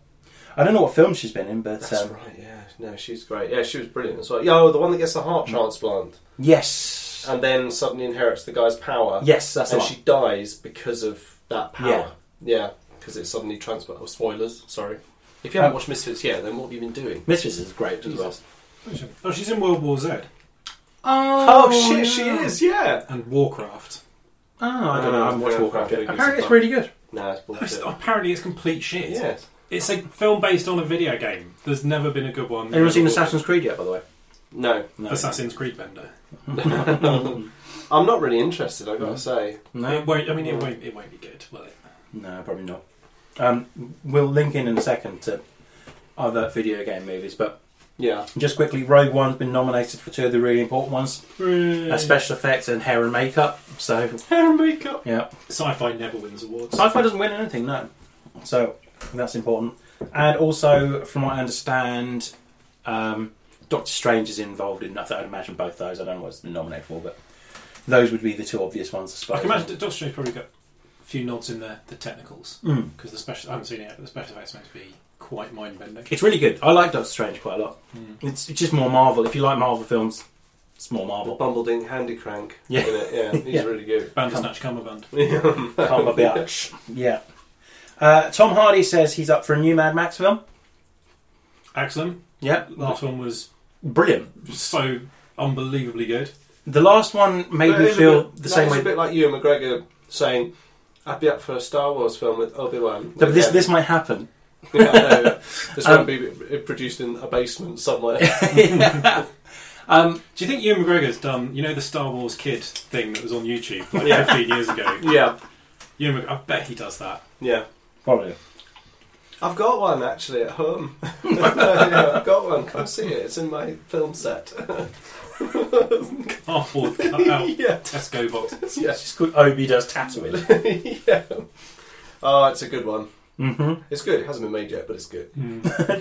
A: I don't know what film she's been in, but
C: That's
A: um,
C: right, yeah. No, she's great. Yeah, she was brilliant as well. Yeah, oh, the one that gets the
A: Mm.
C: heart transplant
A: yes,
C: and then suddenly inherits the guy's power.
A: yes, that's the
C: and
A: one.
C: she dies because of that
A: Yeah.
C: power. Yeah, because it's suddenly transplant. Oh, spoilers, sorry. If you haven't
A: Um,
C: watched Misfits yet, then what have you been doing?
A: Misfits is great as well.
C: Jesus.
D: Oh, she's in World War Z
A: Oh,
C: Oh, shit, she is, yeah.
D: and Warcraft.
A: Oh, I don't know. I haven't watched
C: Yeah,
A: Warcraft yet.
C: Warcraft
A: Apparently,
C: is
A: it's
C: fun.
A: really good.
C: Nah, it's
D: It's-
C: bullshit.
D: apparently, it's complete shit.
C: Yes.
D: It's a film based on a video game. There's never been a good one.
A: Anyone seen Assassin's Creed yet, by the way?
C: No.
A: No.
D: Assassin's Creed Bender?
C: I'm not really interested, I've got
A: Mm.
C: to say.
D: It
A: No,
D: won't, I mean, it won't. It won't be good. Will it?
A: no, probably not. Um, we'll link in in a second to other video game movies, but
C: Yeah.
A: just quickly, Rogue One's been nominated for two of the really important ones: uh, special effects and hair and makeup. So,
C: Hair and makeup.
A: yeah,
D: Sci-fi never wins awards.
A: sci-fi doesn't win anything, no. So that's important. And also, from what I understand, um, Doctor Strange is involved in. I I'd imagine both those. I don't know what it's been nominated for, but those would be the two obvious ones. I suppose.
D: I can imagine that Doctor Strange probably got a few nods in the the technicals
A: Mm.
D: because the special. I haven't seen it, yet, but the special effects meant to be quite mind bending.
A: It's really good. I like Doctor Strange quite a lot.
D: Mm.
C: Hmm.
A: It's, it's just more Marvel. If you like Marvel films, it's more
C: The
A: Marvel.
C: Bumbleding Handy Crank.
A: Yeah.
C: in it, yeah. He's
A: Yeah.
C: really good.
D: Bandersnatch Cummerbund.
A: Come a bitch. Yeah. Uh, Tom Hardy says he's up for a new Mad Max film.
D: Excellent.
A: Yep.
D: Last one was
A: Brilliant.
D: so unbelievably good.
A: The last one made
C: That
A: me
C: is a
A: feel
C: bit-
A: the
C: that
A: same
C: is
A: way.
C: a bit like you and McGregor saying, "I'd be up for a Star Wars film with Obi Wan."
A: Th- This this might happen.
C: Yeah, I know, yeah. This won't be produced in a basement somewhere.
A: Um,
D: Do you think Ewan McGregor's done, you know, the Star Wars kid thing that was on YouTube like
C: Yeah.
D: 15 years ago?
C: yeah,
D: Ewan McGregor, I bet he does that.
C: yeah.
A: probably.
C: I've got one actually at home. yeah, I've got one. Come see it. It's in my film set.
D: Cardboard cutout
C: yeah,
D: Tesco box.
C: yeah,
A: It's just called Obi Does Tatooine.
C: yeah. Oh, it's a good one.
A: mm-hmm.
C: It's good. It hasn't been made yet, but it's good.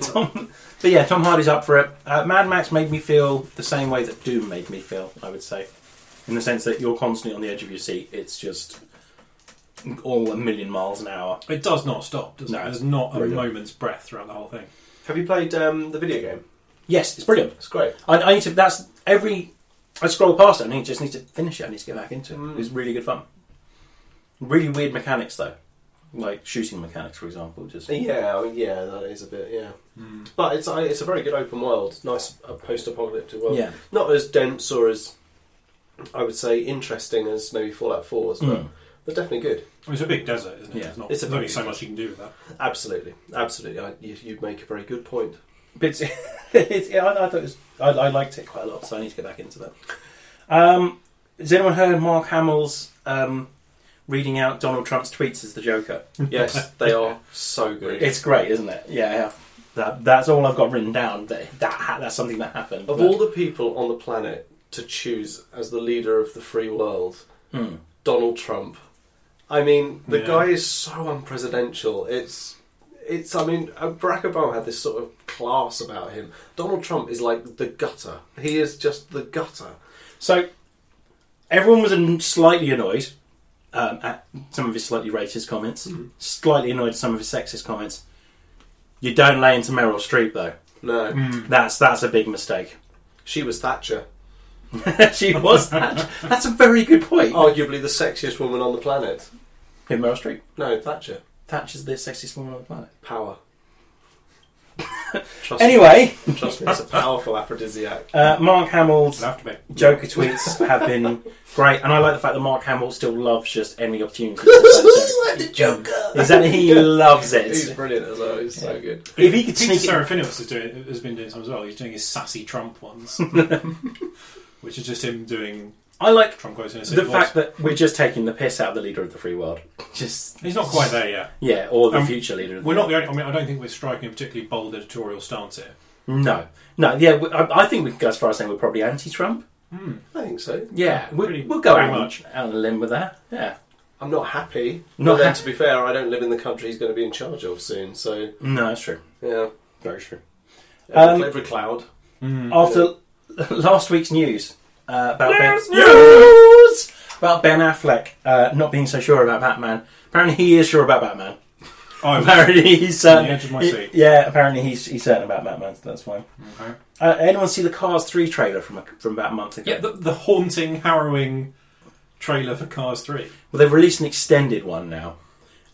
A: Tom, but yeah, Tom Hardy's up for it. Uh, Mad Max made me feel the same way that Doom made me feel. I would say, in the sense that you're constantly on the edge of your seat. It's just all a million miles an hour.
D: It does not stop, does
A: No.
D: it? There's not a
A: Really not.
D: moment's breath throughout the whole thing.
C: Have you played um, the video game?
A: Yes, it's brilliant.
C: It's great.
A: I, I need to. That's every. I scroll past it. and I need, just need to finish it. I need to get back into it.
C: Mm.
A: It's really good fun. Really weird mechanics though, like shooting mechanics, for example. Just
C: Yeah, I mean, yeah, that is a bit. Yeah, but it's I- it's a very good open world, nice uh, post-apocalyptic world.
A: yeah,
C: Not as dense or as I would say interesting as maybe Fallout 4 was, but,
A: Mm.
C: but definitely good.
D: I mean, it's a big desert, isn't it?
A: Yeah.
D: There's, not,
C: It's a
D: there's only
C: big
D: so
C: desert.
D: much you can do with that.
C: Absolutely, absolutely. I, you, you make a very good point.
A: but it's, it's, yeah, I, I thought it was, I, I liked it quite a lot, so I need to get back into that. Um, has anyone heard Mark Hamill's um, reading out Donald Trump's tweets as the Joker?
C: Yes, they are so good.
A: It's great, isn't it? Yeah, yeah. That, that's all I've got written down. That, that ha- that's something that happened.
C: of
A: But-
C: all the people on the planet to choose as the leader of the free world,
A: Hmm.
C: Donald Trump. I mean, the
D: Yeah.
C: guy is so unpresidential. It's, it's. I mean, uh, Barack Obama had this sort of class about him. Donald Trump is like the gutter. He is just the gutter.
A: So everyone was an- slightly annoyed um, at some of his slightly racist comments,
C: Mm-hmm.
A: slightly annoyed at some of his sexist comments. You don't lay into Meryl Streep though.
C: No,
A: That's that's a big mistake.
C: she was Thatcher,
A: she was that. That's a very good point.
C: arguably the sexiest woman on the planet.
A: Who, Oh. Meryl Streep.
C: No, Thatcher,
A: Thatcher's the sexiest woman on the planet.
C: power. trust
A: Anyway,
C: me, trust me, it's a powerful aphrodisiac.
A: uh, Mark Hamill's
D: It'll have to be.
A: Joker tweets have been great, and I like the fact that Mark Hamill still loves just any opportunity. to say
C: like the Joker.
A: so. Exactly, he loves it.
C: He's brilliant as well. He's so good.
A: If he could
D: Peter
A: sneak it-
D: Serafinios is doing, has been doing some as well. He's doing his sassy Trump ones, which is just him doing
A: I like
D: Trump quotes in his
A: the
D: voice.
A: fact that we're just taking the piss out of the leader of the free world. Just
D: He's not quite there yet.
A: yeah, or the
D: Um,
A: future leader. Of the
D: We're not the only. I mean, I don't think we're striking a particularly bold editorial stance here.
A: No, no. Yeah, we- I, I think we can go as far as saying we're probably anti-Trump.
C: I think so.
A: Yeah, we,
D: pretty-
A: we'll go
D: pretty
A: out,
D: much.
A: out on a limb with that. Yeah.
C: I'm not happy.
A: Not
C: but then,
A: ha-
C: to be fair, I don't live in the country he's going to be in charge of soon. So
A: No, that's true.
C: yeah,
A: Very true.
C: every,
A: Um,
C: every cloud.
A: After last week's news uh, about Ben,
D: News,
A: news about Ben Affleck uh, not being so sure about Batman. Apparently, he is sure about Batman. Oh,
D: I was-
A: Apparently, he's
D: On
A: uh,
D: the edge of my
A: he-
D: seat.
A: yeah. Apparently, he's he's certain about Batman. So that's fine.
D: Okay.
A: Uh, anyone see the Cars Three trailer from a, from about a month ago?
D: Yeah, the, the haunting, harrowing trailer for Cars Three.
A: Well, they've released an extended one now,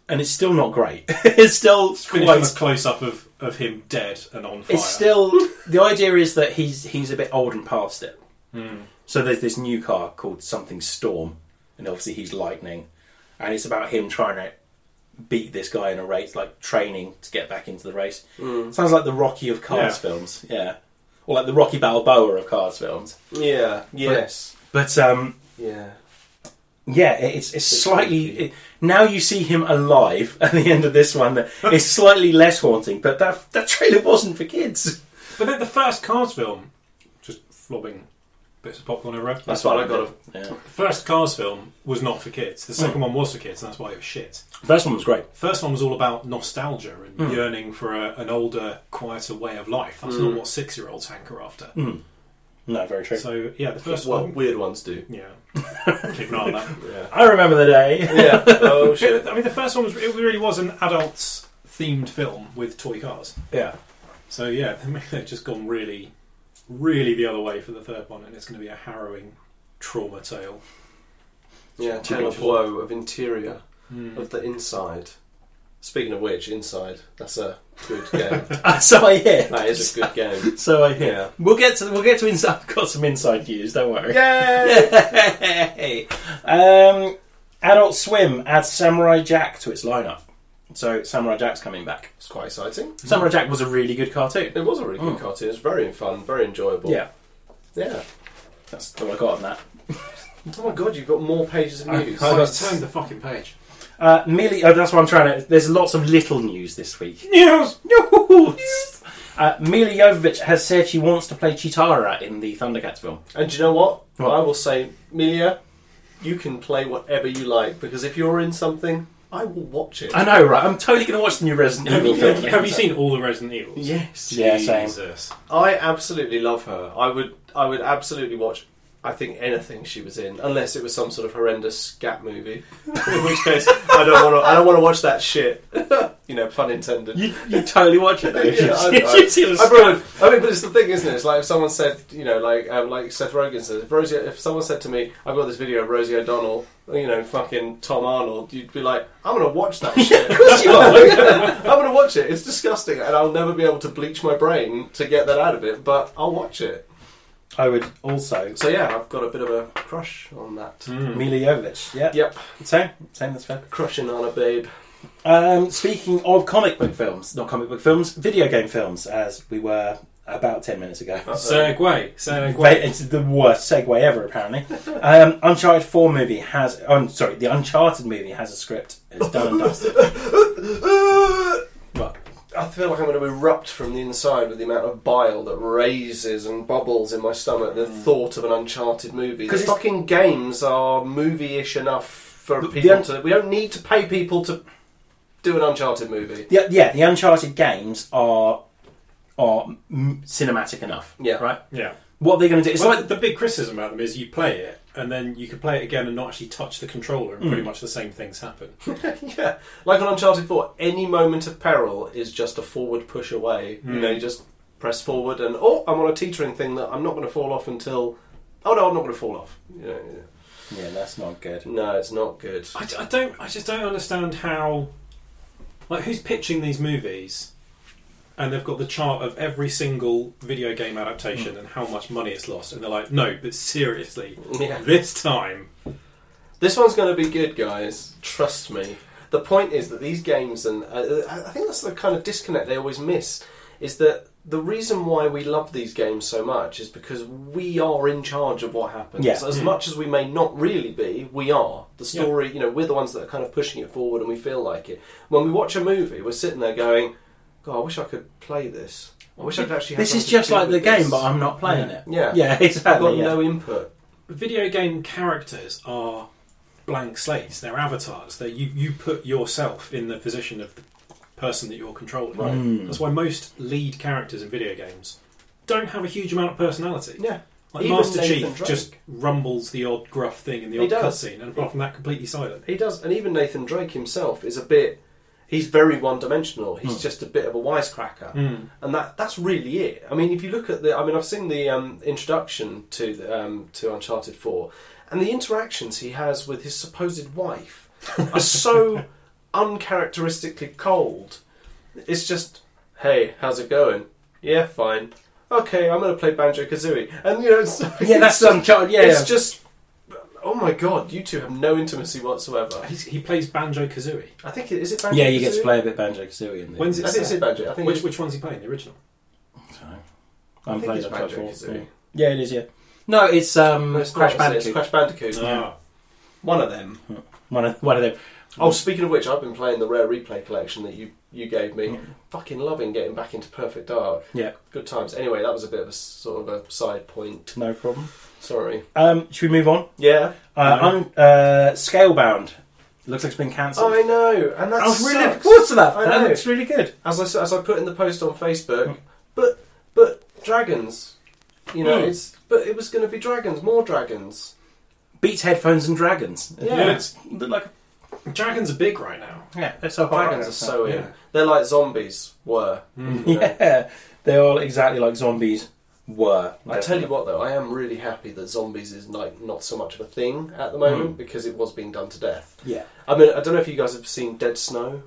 A: and it's still not great. it's still
D: Finished with
A: quite.
D: a close up of, of him dead and on fire.
A: It's still the idea is that he's he's a bit old and past it.
D: Hmm.
A: So there's this new car called something Storm, and obviously he's Lightning, and it's about him trying to beat this guy in a race, like training to get back into the race.
C: Hmm.
A: Sounds like the Rocky of Cars
D: Yeah.
A: films, yeah, or like the Rocky Balboa of Cars films.
C: Yeah. Yes.
A: But um,
C: yeah.
A: Yeah, it- it's it's
C: It's
A: slightly
C: creepy.
A: it, now you see him alive at the end of this one. That it's slightly less haunting, but that that trailer wasn't for kids.
D: But then the first Cars film, just flobbing bits of popcorn everywhere.
C: That's what I got
A: Yeah.
D: The first Cars film was not for kids. The
A: Mm.
D: second one was for kids, and that's why it was shit.
A: First one was great.
D: First one was all about nostalgia and
A: Mm.
D: yearning for a, an older, quieter way of life. That's
A: Mm.
D: not what six year olds hanker after.
A: No, very true.
D: So yeah, the first
C: Well,
D: one.
C: weird ones do.
D: Yeah, keep an eye on that.
C: Yeah.
A: I remember the day.
C: yeah. Oh shit.
D: I mean, the first one was it really was an adults themed film with toy cars.
A: Yeah,
D: So yeah, I mean, they've just gone really, really the other way for the third one, and it's going to be a harrowing trauma tale.
C: Yeah. Tale of woe of interior of the inside. Speaking of which, inside. That's a good game.
A: Uh, so I hear.
C: that is a good game.
A: So I hear.
C: Yeah.
A: We'll get to we'll get to inside. I've got some inside news. Don't worry.
C: Yeah.
A: um, Adult Swim adds Samurai Jack to its lineup. So Samurai Jack's coming back.
C: It's quite exciting.
A: Samurai Jack was a really good cartoon.
C: It was a really good
A: Mm.
C: cartoon. It was very fun, very enjoyable.
A: Yeah,
C: Yeah.
A: that's all I got on that.
C: Oh my god, you've got more pages of news.
A: I-
D: I
A: got-
D: was turning the fucking page.
A: Uh, merely, oh, that's what I'm trying to. There's lots of little news this week.
D: News.
A: News. Uh, Mila Jovovich has said she wants to play Chitara in the Thundercats film.
C: And do you know what?
A: What?
C: I will say, Milia, you can play whatever you like because if you're in something, I will watch it.
A: I know, right? I'm totally going to watch the new Resident
D: Have
A: Evil
D: you,
A: film.
D: have you- have you seen all the Resident Evils?
C: yes.
A: Yeah, same.
D: Jesus.
C: I absolutely love her. I would I would absolutely watch I think anything she was in, unless it was some sort of horrendous scat movie. in which case I don't wanna I don't wanna watch that shit. you know, pun intended.
A: You, you totally watch it, though.
C: Yeah, I-
A: You
C: I-
A: see the
C: I, probably, I mean, but it's the thing, isn't it? It's like if someone said, you know, like um, like Seth Rogen said, if Rosie, if someone said to me, "I've got this video of Rosie O'Donnell," you know, fucking Tom Arnold, you'd be like, "I'm gonna watch that shit. of course you are. I'm gonna watch it. It's disgusting, and I'll never be able to bleach my brain to get that out of it, but I'll watch it."
A: I would also.
C: So yeah, I've got a bit of a crush on that.
A: Mila Jovovich, Hmm. yeah.
C: Yep,
A: Same, same, that's fair.
C: crushing on a babe.
A: Um, speaking of comic book films, not comic book films, video game films, as we were about 10 minutes ago.
D: Segway.
A: Wait,
D: Segway.
A: It's the worst segue ever, apparently. Um, Uncharted 4 movie has. Oh, I'm sorry, the Uncharted movie has a script. It's done and dusted. Well,
C: I feel like I'm going to erupt from the inside with the amount of bile that raises and bubbles in my stomach. The thought of an Uncharted movie.
A: 'Cause
C: Hmm. Because
A: it's-
C: fucking games are movie-ish enough for
A: The-
C: people
A: the-
C: to. We don't need to pay people to do an Uncharted movie.
A: the, yeah, the Uncharted games are are m- cinematic enough.
C: Yeah.
A: Right?
D: Yeah.
A: What are they going to do? It's
D: Well,
A: like.
D: the big criticism about them is you play it and then you can play it again and not actually touch the controller, and
A: Mm.
D: pretty much the same things happen.
C: yeah, like on Uncharted Four, any moment of peril is just a forward push away. You know, you just press forward, and oh, I'm on a teetering thing that I'm not going to fall off until. Oh no, I'm not going to fall off. You know, yeah.
A: Yeah, that's not good.
C: no, it's not good.
D: I, d- I don't. I just don't understand how. Like, who's pitching these movies? And they've got the chart of every single video game adaptation and how much money it's lost, and they're like, "No, but seriously,
C: Yeah.
D: this time."
C: This one's going to be good, guys. Trust me. The point is that these games, and uh, I I think that's the kind of disconnect they always miss, is that the reason why we love these games so much is because we are in charge of what happens.
A: Yeah.
C: As much as we may not really be, we are. The story, you know, we're the ones that are kind of pushing it forward and we feel like it. When we watch a movie, we're sitting there going, God, I wish I could play this. I wish I could actually have
A: This is
C: something to
A: just
C: do
A: like the
C: with
A: game,
C: this."
A: but I'm not playing it.
C: Yeah.
A: Yeah,
C: I've
A: exactly.
C: got
A: yeah.
C: no input.
D: video game characters are blank slates. They're avatars. They you you put yourself in the position of the person that you're controlling.
C: Right.
D: That's why most lead characters in video games don't have a huge amount of personality.
C: Yeah.
D: Like
C: Even
D: Master
C: Nathan
D: Chief
C: Drake.
D: just rumbles the odd gruff thing in the
C: He
D: odd
C: does.
D: cutscene, and apart from that, completely silent.
C: He does, and even Nathan Drake himself is a bit. He's very one-dimensional. He's
A: Hmm.
C: just a bit of a wisecracker, and that that's really it. I mean, if you look at the, I mean, I've seen the um, introduction to the, um, to Uncharted Four, and the interactions he has with his supposed wife are so uncharacteristically cold. It's just, hey, how's it going? Yeah, fine. Okay, I'm going to play Banjo Kazooie, and you know, it's,
A: Yeah, that's Uncharted. Yeah,
C: it's
A: yeah.
C: just. Oh my god, you two have no intimacy whatsoever.
D: He's, he plays Banjo Kazooie.
C: I think it is it Banjo.
A: yeah, you get to
C: Kazooie?
A: play a bit Banjo Kazooie in there.
D: When's
C: I
D: it
C: think it's
D: set?
C: it Banjo. I think
D: Which
C: it's,
D: which one's he playing? The original.
C: I
A: I'm
C: think
A: playing
C: it's
A: Uncharted
C: Banjo
A: 4.
C: Kazooie.
A: Yeah, it is. Yeah. No, it's um
C: No, it's
A: Crash
C: not,
A: Bandicoot.
C: is it? It's Crash Bandicoot.
D: Ah.
C: Uh, One of them.
A: One of one of them.
C: Oh, speaking of which, I've been playing the rare replay collection that you you gave me.
A: Mm.
C: Fucking loving getting back into Perfect Dark.
A: Yeah.
C: Good times. Anyway, that was a bit of a s- sort of a side point.
A: No problem.
C: Sorry.
A: Um, should we move on?
C: Yeah.
A: Uh,
D: No.
A: un- uh, Scalebound. Looks like it's been cancelled.
C: I know, and Oh, that's
A: I was really looking forward to that.
C: I
A: That
C: know.
A: looks really good.
C: as I s- as I put in the post on Facebook. But but dragons, you know,
A: Mm.
C: it's but it was going to be dragons, more dragons.
A: Beats headphones and dragons. It
C: Yeah.
A: looks- look like
D: Dragons are big right now.
A: yeah, they're Oh, so high
C: Dragons
A: now.
C: are so in.
D: Yeah.
C: They're like zombies were. you know.
A: Yeah, they're all exactly like zombies were.
C: I tell you what, though, I am really happy that zombies is like not so much of a thing at the moment because it was being done to death.
A: Yeah.
C: I mean, I don't know if you guys have seen Dead Snow.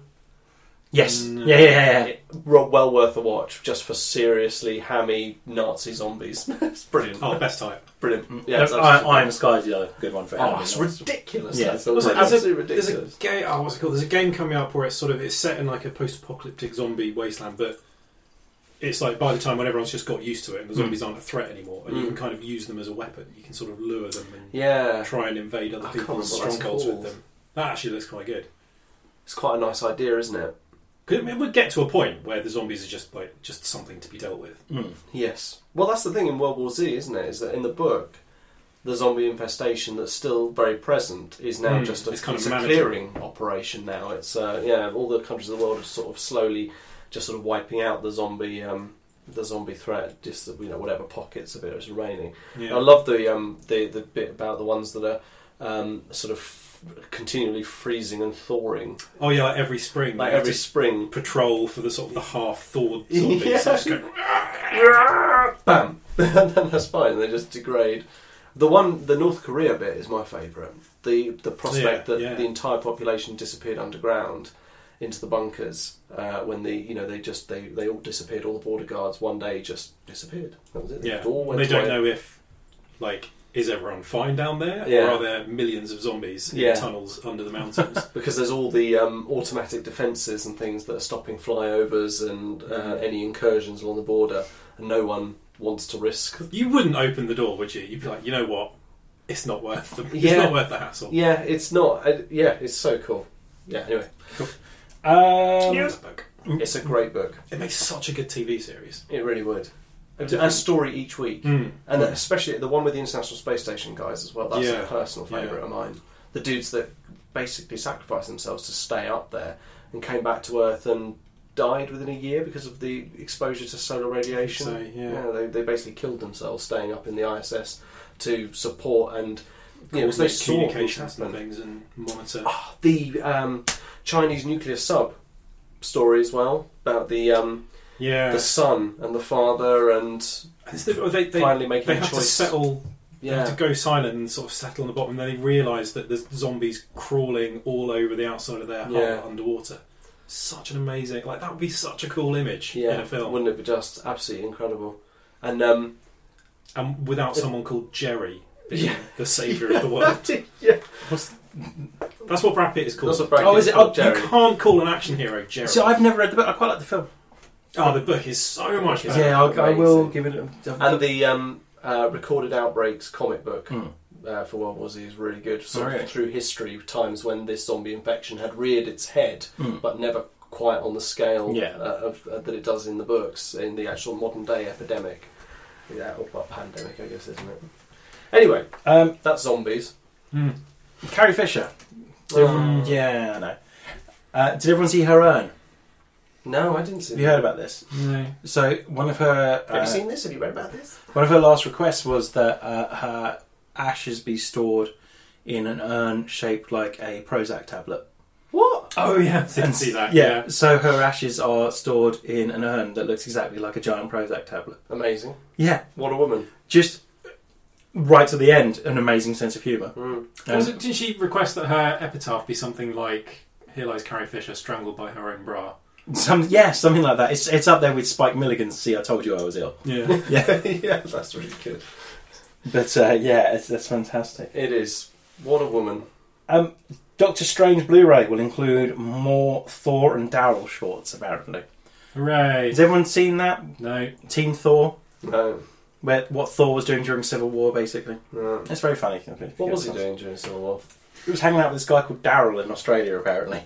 A: Yes.
D: No.
A: Yeah, yeah, yeah, yeah.
C: Ro- Well worth a watch just for seriously hammy Nazi zombies. it's brilliant.
D: Oh, best type.
C: Brilliant. Yeah,
A: No,
C: it's
A: I,
C: absolutely
A: Iron Sky is the other good one for
C: brilliant.
A: Halloween.
C: Oh, it's ridiculous.
A: Yeah.
C: That's all.
D: Was it- as a-
C: absolutely
D: There's a
C: ridiculous.
D: game. Oh, what's it called? There's a game coming up where it's sort of it's set in like a post-apocalyptic zombie wasteland, but it's like by the time when everyone's just got used to it and the
C: Hmm.
A: Mm.
D: zombies aren't a threat anymore, and you
C: Mm.
D: can kind of use them as a weapon. You can sort of lure them and
C: Yeah.
D: try and invade other
C: I can't
D: people's
C: remember what that's
D: strongholds with
C: called.
D: them. That actually looks quite good.
C: It's quite a nice idea, isn't it?
D: 'Cause It would get to a point where the zombies are just like just something to be dealt with.
A: Mm.
C: Yes. Well, that's the thing in World War Z, isn't it? Is that in the book, the zombie infestation that's still very present is now
D: Mm,
C: just a,
D: it's kind
C: it's
D: of
C: a
D: manageable.
C: clearing operation. Now it's uh, yeah, all the countries of the world are sort of slowly just sort of wiping out the zombie um, the zombie threat. Just you know whatever pockets of it is remaining.
D: Yeah.
C: I love the um the, the bit about the ones that are um, sort of f- continually freezing and thawing,
D: oh yeah, like every spring,
C: like
D: you have
C: every
D: to
C: spring.
D: patrol for the sort of the half-thawed zombies.
C: Yeah.
D: So just go,
C: Bam, and then that's fine. They just degrade. The one, the North Korea bit is my favourite. The the prospect
D: Yeah,
C: that
D: yeah.
C: the entire population disappeared underground into the bunkers uh, when the you know they just they, they all disappeared. All the border guards one day just disappeared. That was it. They
D: Yeah,
C: all went
D: they don't
C: away.
D: know if like is everyone fine down there, or
C: Yeah.
D: are there millions of zombies in
C: Yeah.
D: tunnels under the mountains?
C: because there's all the um, automatic defences and things that are stopping flyovers and uh,
D: Mm.
C: any incursions along the border, and no one wants to risk.
D: you wouldn't open the door, would you? You'd be like, you know what, it's not worth the it's
C: Yeah.
D: not worth the hassle.
C: Yeah, it's not. Uh, yeah, it's so cool. Yeah, anyway,
A: Um,
D: It's a book.
C: it's a great book.
D: It makes such a good TV series.
C: It really would. A, a story each week,
D: Hmm.
C: and
A: Yeah.
C: especially the one with the International Space Station guys as well. That's
D: Yeah.
C: a personal
D: Yeah.
C: favourite of mine. The dudes that basically sacrificed themselves to stay up there and came back to Earth and died within a year because of the exposure to solar radiation.
D: So yeah,
C: Yeah, they, they basically killed themselves staying up in the ISS to support and you know, 'cause they
D: Coordinate
C: saw what
D: communications and
C: happened.
D: things and monitor.
C: Ah, the um, Chinese nuclear sub story as well about the um,
D: yeah,
C: the son and the father and
D: And it's the- or they, they,
C: finally making a
D: they have to
C: choice.
D: settle. They have
C: yeah,
D: to go silent and sort of settle on the bottom. Then they realise that there's zombies crawling all over the outside of their
C: Yeah.
D: heart underwater. Such an amazing, like that would be such a cool image
C: yeah.
D: in a film.
C: Wouldn't it be just absolutely incredible? And um,
D: and without someone called Jerry being
C: Yeah.
D: the saviour of the world.
C: yeah.
D: That's what Brad Pitt is called.
C: That's what Brad
A: Oh,
C: Pitt's
A: is it?
C: called,
A: Oh,
C: Jerry.
D: You can't call an action hero Jerry.
A: See, I've never read the book. I quite like the film.
D: oh, the book is so much better.
A: Yeah, I'll, I will give it. A,
C: And the um, uh, recorded outbreaks comic book
A: Hmm.
C: uh, for World War Z is really good. Sort
A: Oh, really?
C: of through history, times when this zombie infection had reared its head,
A: Hmm.
C: but never quite on the scale
A: Yeah.
C: uh, of, uh, that it does in the books in the actual modern day epidemic. Yeah, or well, pandemic, I guess, isn't it? Anyway,
A: um,
C: that's zombies.
D: Mm.
A: Carrie Fisher.
C: Um,
A: Yeah, I know. Uh, did everyone see her urn?
C: no, I didn't see.
A: Have you heard about this?
D: No.
A: So one of her
C: Have
A: uh,
C: you seen this? Have you read about this?
A: one of her last requests was that uh, her ashes be stored in an urn shaped like a Prozac tablet.
C: What?
D: Oh yeah, I
A: And-
D: did see that.
A: Yeah,
D: Yeah.
A: So her ashes are stored in an urn that looks exactly like a giant Prozac tablet.
C: Amazing!
A: Yeah.
C: What a woman.
A: Just right to the end, an amazing sense of humour.
D: Hmm.
C: Mm.
A: Um,
D: Was it- didn't she request that her epitaph be something like "Here lies Carrie Fisher, strangled by her own bra"?
A: Some, yeah, something like that. It's it's up there with Spike Milligan's "See, I told you I was ill."
D: Yeah.
C: yeah, that's really good.
A: But uh, yeah, it's, that's fantastic.
C: It is. What a woman.
A: Um, Doctor Strange Blu-ray will include more Thor and Daryl shorts. Apparently,
D: Hooray!
A: has everyone seen that
D: No.
A: Team Thor?
C: No,
A: Where what Thor was doing during Civil War, basically.
C: no.
A: It's very funny.
C: What was he doing during Civil War?
A: He was hanging out with this guy called Daryl in Australia, apparently.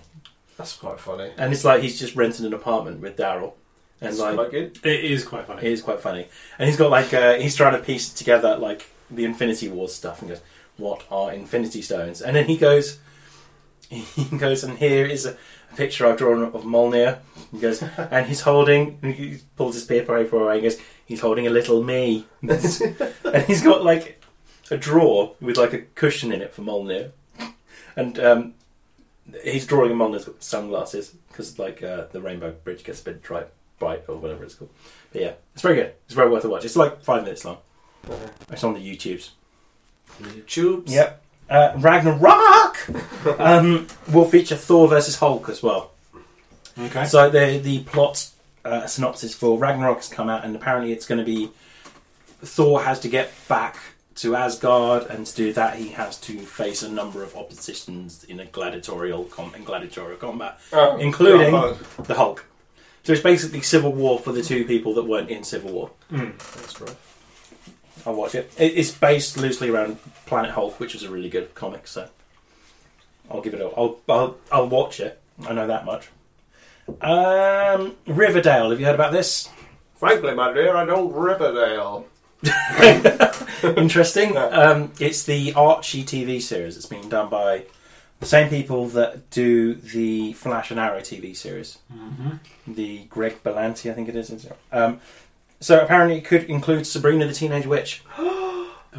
C: That's quite funny.
A: And it's like he's just renting an apartment with Daryl, and
C: That's
A: like
C: quite good.
D: It is quite
A: it
D: funny.
A: is quite funny. And he's got like uh, he's trying to piece together like the Infinity Wars stuff, and goes, "What are Infinity Stones?" And then he goes, he goes, and here is a, a picture I've drawn of Molnir. He goes, and he's holding, and he pulls his paper away, and he goes, he's holding a little me, and he's got like a drawer with like a cushion in it for Molnir, and um, he's drawing him on his sunglasses because like uh, the Rainbow Bridge gets a bit dry, bright or whatever it's called. But yeah, it's very good. It's very worth a watch. It's like five minutes long.
C: Uh-huh.
A: It's on the YouTubes.
C: YouTubes.
A: Yep. Uh, Ragnarok um, will feature Thor versus Hulk as well.
D: Okay.
A: So the the plot uh, synopsis for Ragnarok has come out, and apparently it's going to be Thor has to get back to Asgard, and to do that he has to face a number of oppositions in a gladiatorial com- in gladiatorial combat,
C: Oh.
A: including
C: God.
A: the Hulk. So it's basically Civil War for the two people that weren't in Civil War.
C: That's rough.
A: I'll watch it. It- It's based loosely around Planet Hulk, which was a really good comic, so I'll give it a. I'll, I'll, I'll watch it. I know that much. Um, Riverdale. Have you heard about this?
C: Frankly, my dear, I don't Riverdale.
A: Interesting.
C: No.
A: um, it's the Archie TV series. It's being done by the same people that do the Flash and Arrow TV series.
D: Mm-hmm.
A: The Greg Berlanti, I think it is. is it? Um, so apparently, it could include Sabrina the Teenage Witch.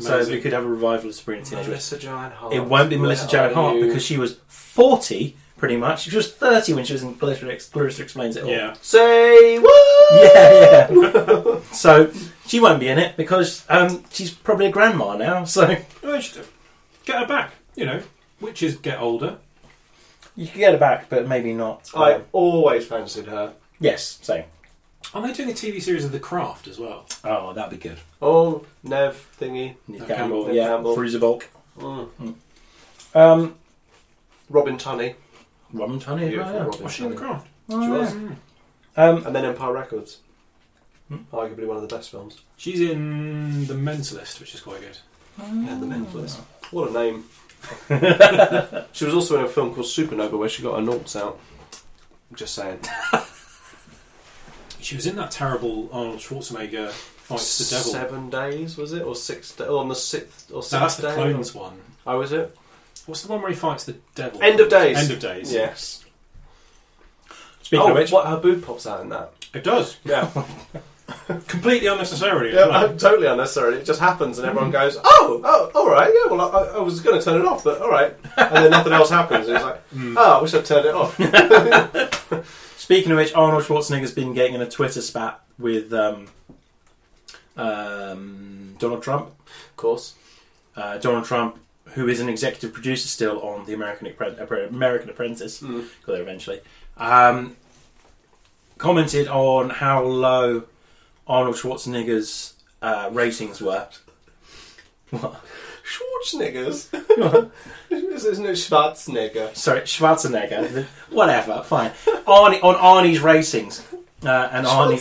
A: So we could have a revival of Sabrina the Teenage Witch.
C: Melissa Joan Hart.
A: It won't be Melissa
C: Where
A: Joan
C: are
A: Hart
C: you?
A: because she was 40, pretty much. She was 30 when she was in Clarissa, Ex- Clarissa Explains It All.
D: yeah.
C: Say what?
A: Yeah, yeah. so she won't be in it because um, she's probably a grandma now. So
D: Well, they should get her back. You know, witches get older.
A: you can get her back, but maybe not.
C: I
A: Um,
C: always fancied her.
A: yes, same.
D: Are they doing a TV series of The Craft as well?
A: Oh, that'd be good.
C: Oh, Nev thingy.
A: Nick
D: Okay.
A: Campbell,
C: Nick
A: yeah,
C: Campbell.
A: Freezer Bulk.
C: Mm.
A: Um,
C: Robin Tunney.
A: Robin Tunney,
C: Beautiful
A: yeah.
C: Robin
D: Was she in The
C: Tunney.
D: Craft? Mm.
A: Oh,
C: She
A: yeah.
C: was.
A: Um,
C: And then Empire Records.
A: Hmm.
C: Arguably one of the best films.
D: She's in The Mentalist, which is quite good.
C: And The Mentalist. What a name. she was also in a film called Supernova where she got her noughts out. I'm just saying.
D: She was in that terrible Arnold Schwarzenegger fights the devil.
C: Seven days, was it? Or six da on the sixth or sixth
D: No, that's the
C: day?
D: clones one.
C: Oh, is it?
D: What's the one where he fights the devil?
C: End of days.
D: End of days.
C: Yes.
A: speaking
C: oh,
A: of which,
C: what, her boob pops out in that.
D: It does.
C: Yeah.
D: Completely unnecessarily.
C: Yeah,
D: as well.
C: uh, totally unnecessary. It just happens, and everyone goes, "Oh, oh, all right, yeah." Well, I, I was going to turn it off, but all right, and then nothing else happens. And it's like, "Oh, I wish I'd turned it off."
A: Speaking of which, Arnold Schwarzenegger's been getting in a Twitter spat with um, um, Donald Trump.
C: of course,
A: Uh, Donald Trump, who is an executive producer still on the American Appren- Appre- American Apprentice,
C: Mm.
A: got there eventually, um, commented on how low Arnold Schwarzenegger's uh, ratings were. What?
C: Schwarzeneggers. Isn't it Schwarzenegger?
A: Sorry, Schwarzenegger. Whatever, fine. Arnie on Arnie's ratings, uh, and Arnie.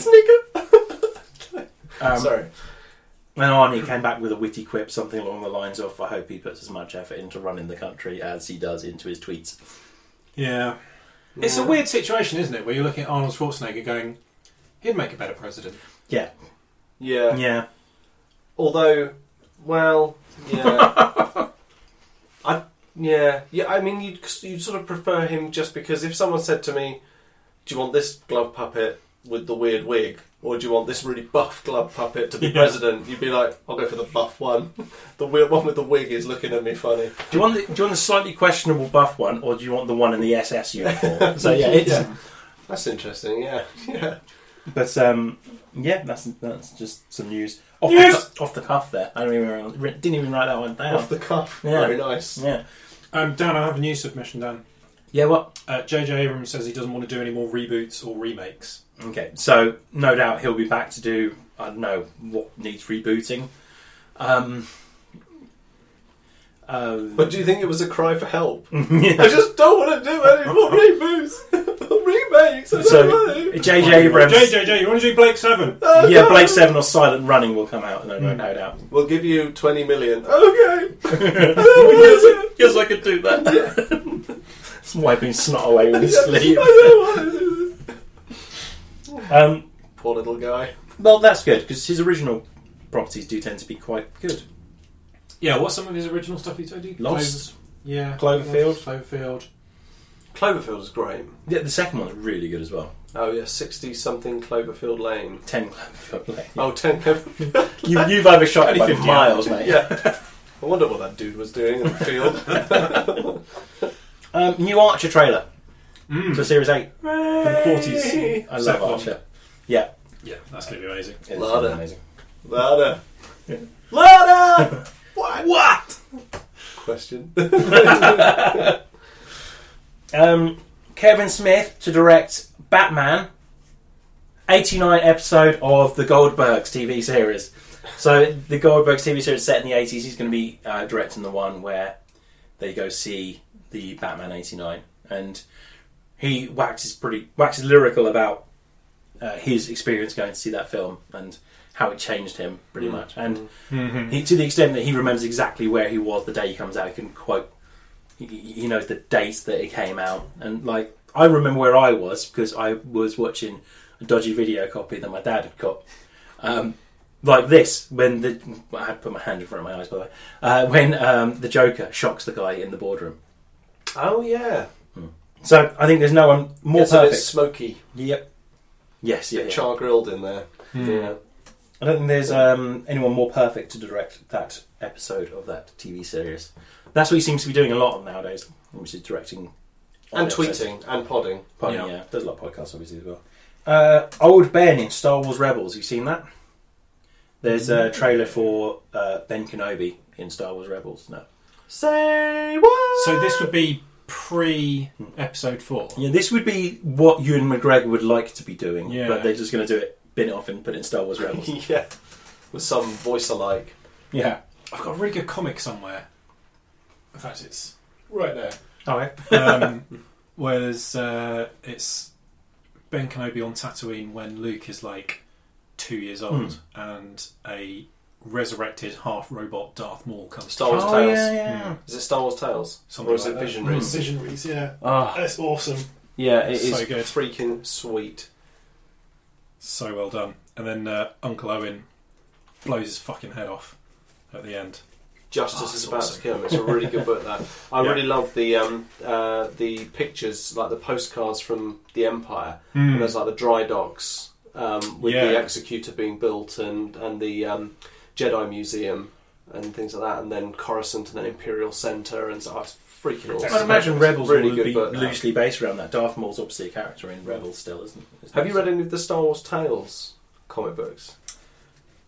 C: Schwarzenegger.
A: Um,
C: Sorry.
A: And Arnie came back with a witty quip, something along the lines of, I hope he puts as much effort into running the country as he does into his tweets.
D: Yeah. It's a weird situation, isn't it? Where you're looking at Arnold Schwarzenegger going, he'd make a better president.
A: Yeah.
C: Yeah.
A: Yeah.
C: Although, well, yeah. I yeah yeah. I mean, you'd you'd sort of prefer him just because if someone said to me, "Do you want this glove puppet with the weird wig?" Or do you want this really buff glove puppet to be
D: Yeah.
C: president? You'd be like, I'll go for the buff one. The weird one with the wig is looking at me funny.
A: Do you want the, do you want the slightly questionable buff one, or do you want the one in the SS uniform? so yeah, it's,
C: Yeah. That's interesting. Yeah, yeah.
A: but um, yeah, that's that's just some news off
D: Yes.
A: the cu- off the cuff there. I don't even re- didn't even write that one down.
C: Off the cuff.
A: Yeah.
C: Very nice.
A: yeah,
D: Um, Dan, I have a new submission, Dan.
A: yeah. What?
D: Uh, J.J. Abrams says he doesn't want to do any more reboots or remakes.
A: Okay, so no doubt he'll be back to do I don't know what needs rebooting. Um, uh,
C: But do you think it was a cry for help?
A: yeah.
C: I just don't want to do any more reboots, or remakes. I don't
A: So
C: want to.
A: JJ Abrams,
D: J.J., you want to do Blake 7?
C: Oh,
A: yeah,
C: no.
A: Blake Seven or Silent Running will come out, no, no, no doubt.
C: We'll give you 20 million. Okay.
A: Yes, I could do that. Just wiping snot away with his sleeve. Um,
C: Poor little guy.
A: well, that's good because his original properties do tend to be quite good.
D: Yeah, what's some of his original stuff he did?
A: Lost,
D: Clover- yeah.
A: Cloverfield.
D: Cloverfield.
C: Cloverfield is great.
A: yeah, the second one's really good as well.
C: Oh, yeah, 60 something Cloverfield Lane.
A: Ten Cloverfield Lane.
C: Oh, 10 Cloverfield.
A: You, you've overshot it by
D: Only 50
A: miles, mate.
C: Yeah. I wonder what that dude was doing in the field.
A: Um, new Archer trailer for Series Eight.
D: From the 40s.
A: I love
D: Mm. Second one.
A: Archer. Yeah,
D: Yeah, that's going to be amazing.
A: it's
C: Lada.
A: amazing.
C: Lada. Lada! What?
A: What?
C: Question.
A: Um, Kevin Smith to direct Batman, 89 episode of the Goldbergs TV series. So the Goldbergs TV series set in the 80s. He's going to be uh, directing the one where they go see the Batman 89, and he waxes pretty waxes lyrical about uh, his experience going to see that film and how it changed him pretty much. And
D: Mhm.
A: he, to the extent that he remembers exactly where he was the day he comes out, he can quote. He, he knows the dates that it came out, and like I remember where I was because I was watching a dodgy video copy that my dad had got. Um, like this, when the I had put my hand in front of my eyes, by the way. Uh, when um, the Joker shocks the guy in the boardroom.
C: Oh yeah,
A: So I think there's no one more
C: Gets a bit
A: perfect.
C: smoky,
A: Yep. Yes. Yeah.
C: bit
A: yeah.
C: char grilled in there. Yeah.
A: I don't think there's um, anyone more perfect to direct that episode of that TV series. That's what he seems to be doing a lot nowadays, which is directing
C: and
A: on episodes.
C: tweeting and podding.
A: Pardon,
D: Yeah.
A: yeah. there's a lot of podcasts obviously as well. Uh, Old Ben in Star Wars Rebels, you've seen that? There's a trailer for uh, Ben Kenobi in Star Wars Rebels. No,
C: Say what?
D: So this would be pre episode four.
A: yeah, this would be what Ewan McGregor would like to be doing,
D: Yeah.
A: but they're just going to do it, bin it off, and put it in Star Wars Rebels.
C: yeah, with some voice alike.
A: yeah.
D: I've got a really good comic somewhere. In fact, it's right there.
A: All right.
D: um, where there's uh, it's Ben Kenobi on Tatooine when Luke is like two
C: Hmm.
D: years old and a resurrected half robot Darth Maul comes.
C: Star Wars
A: Oh,
C: Tales.
A: yeah, yeah.
C: Is it Star Wars Tales?
D: Something
C: or is
D: like
C: it
D: that.
C: Visionaries?
E: Visionaries, yeah.
A: Ah,
E: That's awesome.
A: yeah, it
D: It's
A: is.
D: so good,
C: Freaking sweet.
D: so well done. And then uh, Uncle Owen blows his fucking head off at the end.
C: Justice
D: Oh,
C: is
D: it's
C: about
D: awesome.
C: to come. It's a really good book. That I
D: Yeah.
C: really love the um, uh, the pictures, like the postcards from the Empire. And there's like the dry docks um, with the
D: Hmm. Yeah.
C: Executor being built, and and the um, Jedi Museum and things like that, and then Coruscant and then Imperial Center, and so oh, it's freaking awesome.
A: I'd imagine
C: It's a
A: Rebels
C: really
A: will
C: good uh,
A: be
C: book, that.
A: loosely based around that. Darth Maul's obviously a character in Rebels still, isn't he?
C: Have you read any of the Star Wars Tales comic books?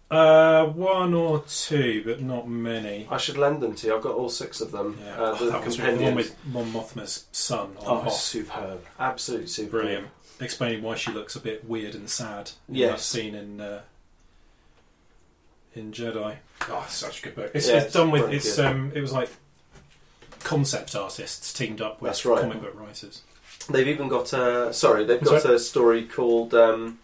D: Uh, one or two, but not many.
C: I should lend them to you. I've got all six of them.
D: Yeah,
C: Uh,
D: oh,
C: the
D: that was the one
C: compendiums.
D: with Mon Mothma's son on
C: Oh,
D: Hoth.
C: superb. Absolutely superb.
D: Brilliant. Explaining why she looks a bit weird and sad in that
C: Yes.
D: scene in uh, in Jedi. Oh, it's such a good book. It's,
C: Yeah,
D: it's
C: it's
D: done with
C: very
D: it's
C: good.
D: um it was like concept artists teamed up with
C: That's right.
D: comic book writers.
C: They've even got a sorry. They've
D: That's
C: got a story called um,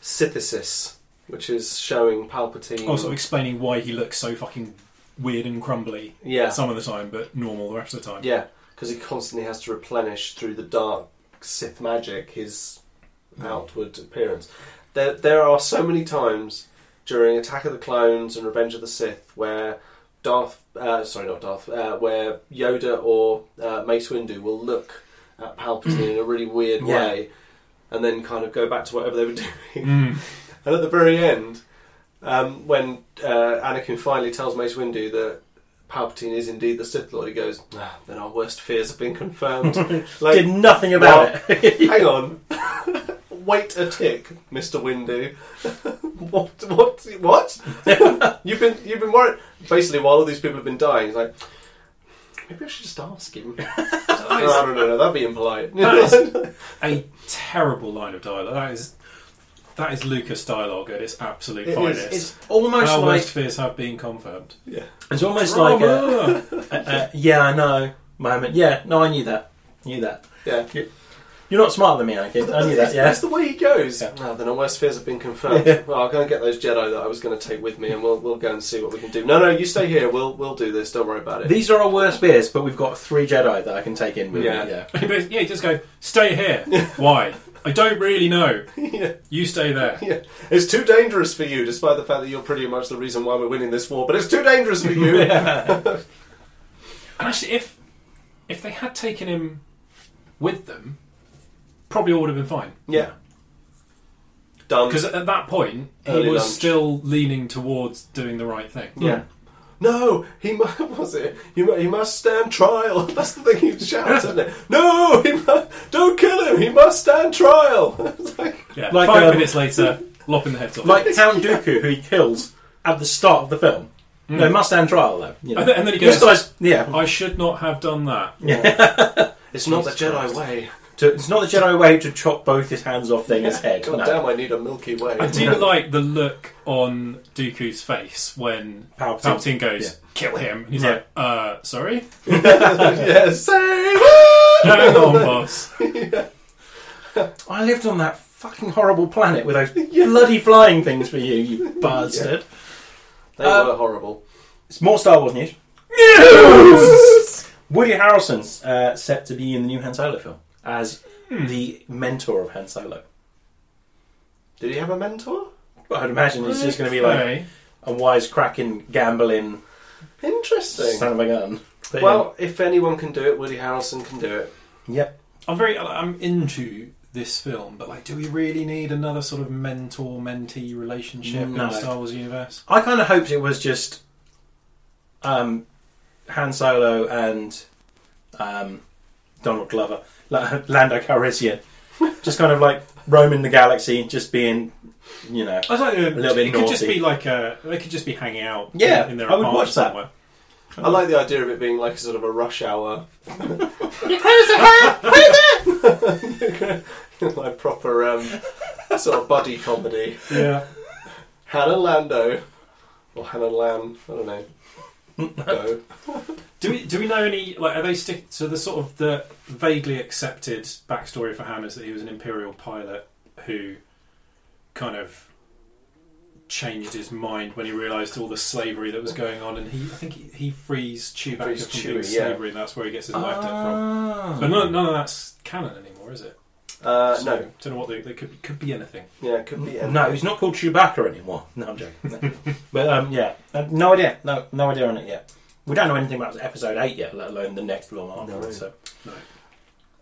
C: Synthesis, which is showing Palpatine.
D: Also explaining why he looks so fucking weird and crumbly
C: yeah,
D: some of the time, but normal the rest of the time.
C: yeah, because he constantly has to replenish through the dark Sith magic his outward appearance. There, there are so many times during Attack of the Clones and Revenge of the Sith where Darth, uh, sorry, not Darth, uh, where Yoda or uh, Mace Windu will look at Palpatine in a really weird
A: Yeah.
C: way, and then kind of go back to whatever they were doing.
D: Mm.
C: And at the very end, um, when uh, Anakin finally tells Mace Windu that Palpatine is indeed the Sith Lord, he goes, ah, "Then our worst fears have been confirmed." like,
A: Did nothing about it.
C: hang on, wait a tick, Mister Windu. what? What? What? you've been you've been worried. Basically, while all these people have been dying, he's like. Maybe I should just ask him. no, no, no, no, that'd be impolite.
D: That is- A terrible line of dialogue. That is that is Lucas dialogue at its absolute
C: It is.
D: finest.
A: it's almost
D: Our
A: like
D: worst fears have been confirmed.
C: yeah.
A: it's almost like a,
D: Drama!
A: a, a Uh, yeah, I know moment. Yeah, no, I knew that. Knew that.
C: Yeah.
A: You're not smarter than me, Anakin. I knew
C: That's,
A: that. Yeah.
C: that's the way he goes.
A: Yeah.
C: Oh, then our worst fears have been confirmed.
A: Yeah.
C: Well, I'll go and get those Jedi that I was going to take with me, and we'll we'll go and see what we can do. No, no, you stay here. We'll we'll do this. Don't worry about it.
A: These are our worst fears, but we've got three Jedi that I can take in with
C: Yeah.
A: me. Yeah.
D: But, yeah, you just go, stay here. Why? I don't really know.
C: yeah.
D: You stay there.
C: yeah, it's too dangerous for you, despite the fact that you're pretty much the reason why we're winning this war. But it's too dangerous for you.
D: And actually, if if they had taken him with them, probably all would have been fine.
C: yeah. Done.
D: Because at that point, he
C: Early
D: was
C: lunch.
D: still leaning towards doing the right thing.
C: yeah. No, he mu- what was it. He, mu- he must stand trial. That's the thing he shouts, isn't it? No, he mu- don't kill him. He must stand trial. it's like,
D: Yeah.
A: Like,
D: Five
A: um,
D: minutes later, lopping the heads off.
A: Like Count Dooku, who he kills at the start of the film. No, must stand trial though. You know.
D: Mm. and, then, and then he
A: This
D: goes,
A: guy's yeah.
D: I should not have done that.
C: it's not the
D: Jesus
C: Jedi
D: Christ.
C: way.
A: To, it's not the Jedi way to chop both his hands off, then his head.
C: God
A: No.
C: damn, I need a Milky Way.
D: I do like the look on Dooku's face when
A: Palpatine.
D: Palpatine goes, "Kill him," and he's
A: Yeah.
D: like, "Uh, sorry,
C: yeah, save
D: hang on, boss."
A: I lived on that fucking horrible planet with those bloody flying things for you, you bastard.
C: They
A: Um,
C: were horrible.
A: It's more Star Wars news. Woody Harrelson's uh, set to be in the new Han Solo film as the mentor of Han Solo.
C: Did he have a mentor?
A: But I'd imagine it's just going to be like
D: Okay.
A: a wise cracking gambling
C: Interesting.
A: son of a gun. But,
C: well, if anyone can do it, Woody Harrelson can do it.
A: yeah. yep.
D: I'm very, I'm into this film, but like, do we really need another sort of mentor-mentee relationship in
A: No.
D: the Star Wars universe?
A: I kind of hoped it was just um, Han Solo and um, Donald Glover, La- Lando Calrissian, just kind of like roaming the galaxy, just being, you know.
D: I was like, a
A: little bit
D: It could just
A: naughty.
D: be like a, they could just be hanging out.
A: Yeah,
D: in, in their
A: I would
D: apartment
A: watch that.
D: Somewhere. Oh.
C: I like the idea of it being like sort of a rush hour. like proper um, sort of buddy comedy.
D: Yeah,
C: Hannah Lando. Or Hannah Lam. I don't know. Go.
D: Do we do we know any like are they stick so the sort of the vaguely accepted backstory for Ham is that he was an Imperial pilot who kind of changed his mind when he realised all the slavery that was going on and he I think he, he frees Chewbacca
C: Frees
D: from
C: Chewie,
D: being
C: yeah.
D: slavery and that's where he gets his life debt from.
A: Ah.
D: But none, none of that's canon anymore, is it?
C: Uh,
D: So,
C: no.
D: Don't know what they, they could could be anything.
C: Yeah, it could be. Anything.
A: No, he's not called Chewbacca anymore. No, I'm joking. No. but um, yeah, Uh, no idea. No, no idea on it yet. We don't know anything about episode eight yet, let alone the next film afterwards. So,
D: No.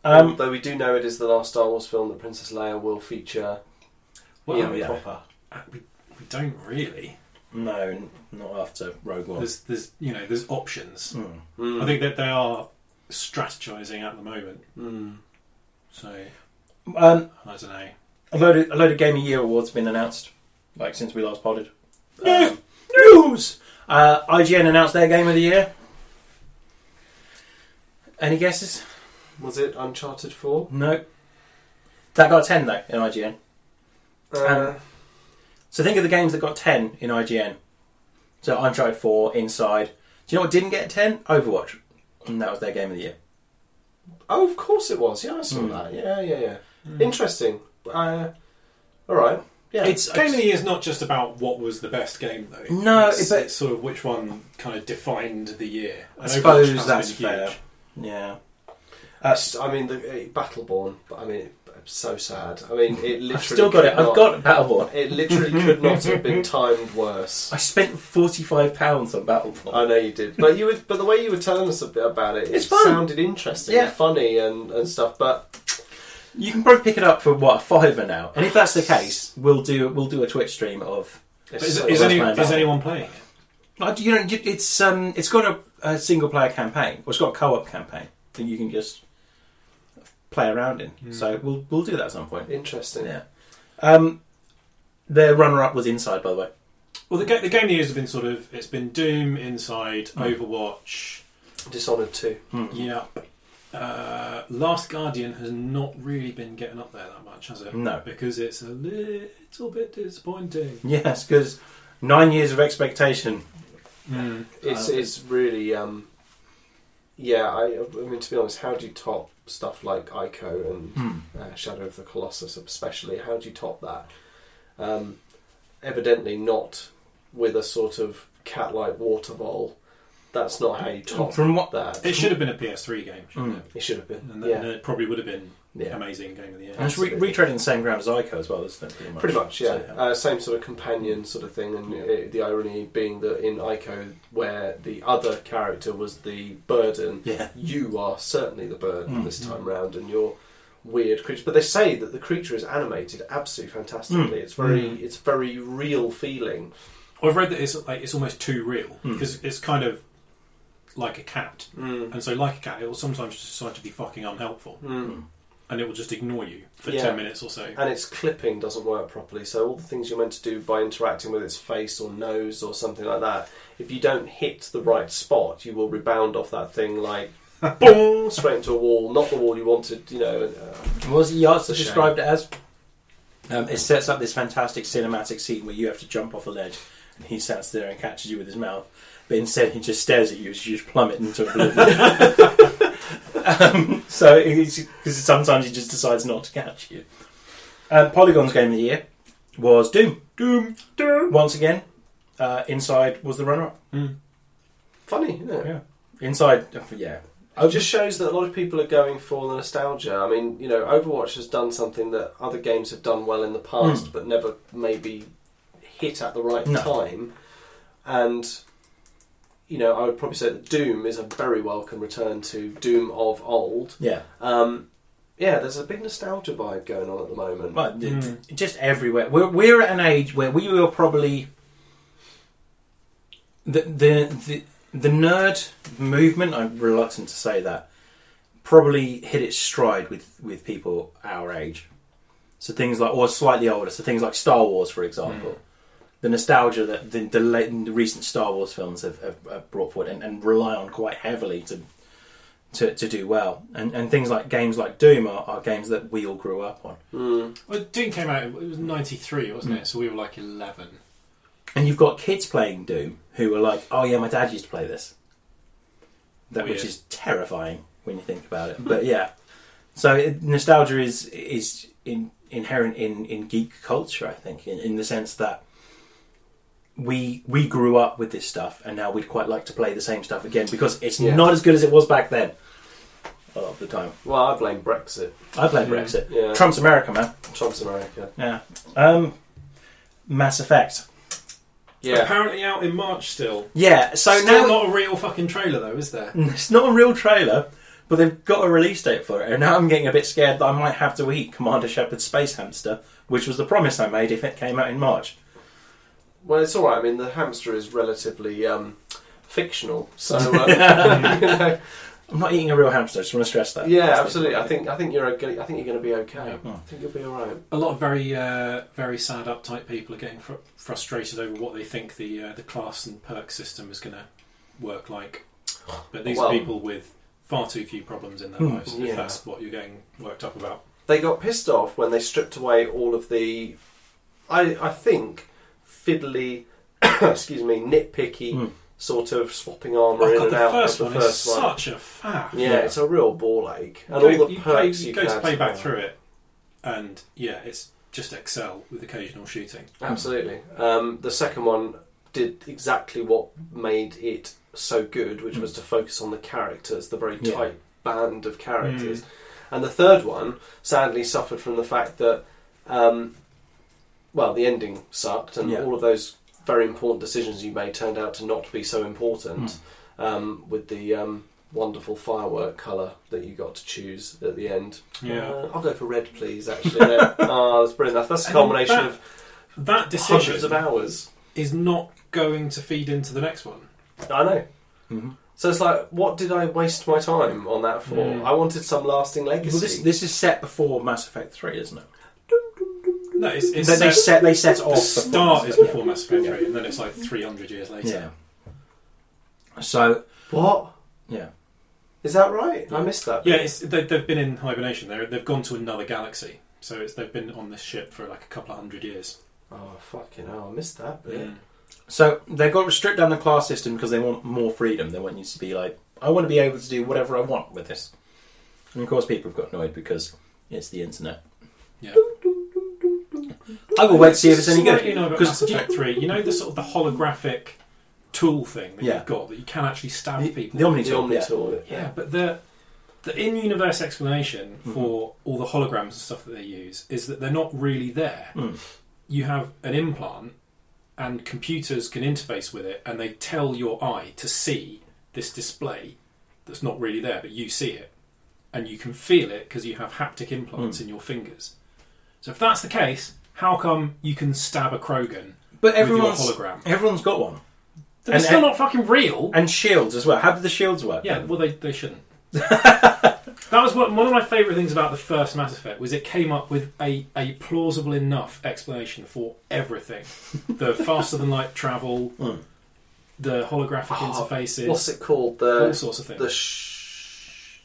A: um,
C: Though we do know it is the last Star Wars film that Princess Leia will feature
D: Well,
C: Ian
A: yeah.
C: Proper.
D: uh, we, we don't really.
A: no, n- not after Rogue One.
D: There's there's you know there's options.
A: Hmm.
C: Mm.
D: I think that they are strategizing at the moment.
C: Mm.
D: So
A: Um,
D: I don't know.
A: a load of a load of Game of Year awards have been announced, like since we last potted. Um, news. Uh, IGN announced their Game of the Year. Any guesses?
C: Was it Uncharted 4?
A: No. That got a ten though in IGN.
C: Uh,
A: Um, So think of the games that got 10 in IGN. So Uncharted 4, Inside. Do you know what didn't get a 10? Overwatch. And that was their game of the year.
C: oh, of course it was. Yeah, I saw
A: Mm.
C: that. Yeah, yeah, yeah. Interesting. Uh, all right. Yeah.
A: Hmm. It's
D: Game of the Year is not just about what was the best game, though.
A: No,
D: it's,
A: but-
D: it's sort of which one kind of defined the year.
A: I
D: And
A: suppose
D: Overwatch has
A: that's
D: been huge.
A: fair. Yeah. Uh,
C: It's- I mean, the uh, Battleborn. But I mean, it, it's so sad. I mean, it literally.
A: I've still got it.
C: could
A: I've
C: not-
A: got Battleborn.
C: It literally could not have been timed worse.
A: I spent £45 on Battleborn.
C: I know you did, but you were, but the way you were telling us a bit about it,
A: It's
C: it
A: fun.
C: sounded interesting,
A: Yeah.
C: and funny, and, and stuff. But
A: you can probably pick it up for, what, a fiver now. And if that's the case, we'll do we'll do a Twitch stream of...
D: But
C: it's
D: Is,
C: so
D: is,
A: worth
D: any,
A: playing
D: is
A: that.
D: anyone playing it?
A: Like, You know, it's, um, it's got a, a single-player campaign. Or it's got a co-op campaign that you can just play around in.
C: Hmm.
A: So we'll, we'll do that at some point.
C: interesting.
A: Yeah. Um, their runner-up was inside, by the way.
D: Well, the, ga- the Game of the Year has been sort of it's been Doom, Inside,
A: Mm.
D: Overwatch.
C: Dishonored too.
A: Hmm.
D: Yeah. Uh, Last Guardian has not really been getting up there that much, has it?
A: No.
D: Because it's a little bit disappointing.
A: Yes, because nine years of expectation.
C: It's
A: Uh,
C: it's really um, yeah. I, I mean, to be honest, how do you top stuff like Ico and
A: Hmm.
C: uh, Shadow of the Colossus, especially? How do you top that? Um, evidently, not with a sort of cat-like waterfall. That's not how you top
A: From what?
C: that.
D: It should have been a PS3 game, shouldn't
A: Mm.
D: it?
C: It should have been.
D: And, then
C: Yeah,
D: it probably would have been
C: yeah.
D: amazing Game of the Year.
A: And it's re-
C: absolutely.
A: retreading the same ground as Ico as well, isn't it? Pretty much.
C: Pretty much, yeah.
A: So,
C: Uh, same sort of companion sort of thing, and
A: Yeah.
C: it, the irony being that in Ico, where the other character was the burden,
A: yeah.
C: you are certainly the bird
A: Mm.
C: this time round and you're weird creature but they say that the creature is animated absolutely fantastically it's very
D: Mm.
C: it's very real feeling
D: I've read that it's like it's almost too real
A: Hmm.
D: because it's kind of like a cat, and so like a cat, it will sometimes just decide to be fucking unhelpful,
C: Mm.
D: and it will just ignore you for
C: Yeah.
D: ten minutes or so.
C: and its clipping doesn't work properly so all the things you're meant to do by interacting with its face or nose or something like that if you don't hit the right spot you will rebound off that thing like boom, straight into a wall. Not the wall you wanted, you know. And, uh,
A: What was it Yarts
C: It's a
A: described it as? Um, it sets up this fantastic cinematic scene where you have to jump off a ledge and he sits there and catches you with his mouth. But instead, he just stares at you as you just plummet into oblivion. um, so, because sometimes he just decides not to catch you. Um, Polygon's game of the year was Doom. Doom. Doom. Once again, uh, Inside was the runner up.
D: Mm.
C: funny, isn't it?
D: Yeah.
A: Inside, yeah.
C: It just shows that a lot of people are going for the nostalgia. I mean, you know, Overwatch has done something that other games have done well in the past, but never maybe hit at the right
A: No.
C: time. And you know, I would probably say that Doom is a very welcome return to Doom of old.
A: Yeah.
C: Um, yeah, there's a big nostalgia vibe going on at the moment.
A: But th-
D: Mm.
A: th- just everywhere. We're, we're at an age where we were probably the the the, the nerd movement. I'm reluctant to say that. Probably hit its stride with with people our age. So things like, or slightly older. So things like Star Wars, for example. The nostalgia that the, the, late, the recent Star Wars films have, have, have brought forward and, and rely on quite heavily to to, to do well, and and things like games like Doom are, are games that we all grew up on.
C: Mm.
D: Well, Doom came out. It was ninety three, wasn't it? So we were like eleven.
A: And you've got kids playing Doom who are like, "Oh yeah, my dad used to play this," that which
D: Weird.
A: is terrifying when you think about it. But yeah, so it- nostalgia is is in, inherent in, in geek culture, I think, in, in the sense that we we grew up with this stuff, and now we'd quite like to play the same stuff again because it's
C: Yeah.
A: not as good as it was back then. A lot of the time,
C: Well, I blame Brexit,
A: I played
D: Yeah.
A: Brexit,
C: Yeah.
A: Trump's America, man.
C: Trump's America.
A: Yeah, um, Mass Effect.
C: Yeah,
D: Apparently out in March still.
A: Yeah, so
D: still
A: now
D: not a real fucking trailer though, is there?
A: It's not a real trailer, but they've got a release date for it, and now I'm getting a bit scared that I might have to eat Commander Shepard's Space Hamster, which was the promise I made if it came out in March.
C: well, it's all right. I mean, the hamster is relatively um, fictional, so uh, you know,
A: I'm not eating a real hamster. I just want to stress that.
C: Yeah,
A: That's the-
C: absolutely. I think I think you're okay. I think you're going to be okay.
A: Yeah.
C: I think you'll be all right.
D: A lot of very uh, very sad, uptight people are getting fr- frustrated over what they think the uh, the class and perk system is going to work like. But these
C: Well-
D: are people with far too few problems in their
A: Hmm.
D: lives.
C: Yeah.
D: If that's what you're getting worked up about.
C: They got pissed off when they stripped away all of the, I I think, fiddly, excuse me, nitpicky
A: Mm.
C: sort of swapping armor
D: Hmm. Oh,
C: in
D: God,
C: and
D: the
C: out
D: first
C: of
D: one
C: the
D: is
C: first one.
D: such a faff.
C: yeah, it's a real ball ache, and
D: go,
C: all the
D: you play,
C: perks
D: you
C: you
D: go
C: can
D: to
C: add
D: play back
C: that.
D: through it, and yeah, it's just Excel with occasional shooting.
C: Absolutely. Um, the second one did exactly what made it so good,
D: Mm.
C: which was to focus on the characters, the very
A: Yeah.
C: tight band of characters. And the third one sadly suffered from the fact that, um, well, the ending sucked, and
A: Yeah.
C: all of those very important decisions you made turned out to not be so important
D: Mm.
C: um, with the um, wonderful firework colour that you got to choose at the end. Uh, I'll go for red, please, actually. Ah, that's brilliant. That's a
D: And then
C: combination
D: that-
C: of
D: that
C: hundreds
D: decision
C: of hours.
D: is not going to feed into the next one.
C: I know.
A: Mhm.
C: So it's like, what did I waste my time on that for?
D: Mm.
C: I wanted some lasting legacy.
A: Well, this this is set before Mass Effect Three, isn't it?
D: No, it's, it's
A: they, they
D: set-
A: set they set off
D: the
A: before
D: start
A: Mass
D: is
A: Effect.
D: before Mass Effect 3, and then it's like 300 years later.
A: Yeah. So
C: What?
A: yeah,
C: Is that right? I missed that.
D: Yeah, it's, they, they've been in hibernation. They're, they've gone to another galaxy. So it's, they've been on this ship for like a couple of hundred years.
C: Oh, fucking hell, I missed that bit.
D: Mm.
A: so they've got to strip down the class system because they want more freedom. They want you to be like, I want to be able to do whatever I want with this. And of course, people have got annoyed because it's the internet.
D: Yeah.
A: I will wait to see if it's any good.
D: Slightly know about
A: 'Cause
D: Mass
A: you-
D: Effect 3. You know the sort of the holographic tool thing that
A: Yeah.
D: you've got that you can actually stab
A: The,
D: people
A: the
D: with?
A: Omni
C: The
A: Tool. yeah.
C: Omnitool.
D: Yeah, but the the in-universe explanation
A: Mm-hmm.
D: for all the holograms and stuff that they use is that they're not really there.
A: Mm.
D: You have an implant, and computers can interface with it, and they tell your eye to see this display that's not really there, but you see it, and you can feel it because you have haptic implants
A: Hmm.
D: in your fingers. So if that's the case, how come you can stab a Krogan
A: But
D: with
A: everyone's
D: your hologram?
A: everyone's got one,
D: They're
A: and- e-
D: still not fucking real.
A: and shields as well. How do the shields work?
D: Yeah, well, they, they shouldn't. that was one, one of my favourite things about the first Mass Effect was it came up with a, a plausible enough explanation for everything. the faster than light travel, the holographic
C: Oh,
D: interfaces,
C: Hmm. What's it called?
D: all
C: The
D: sorts of things.
C: the sh-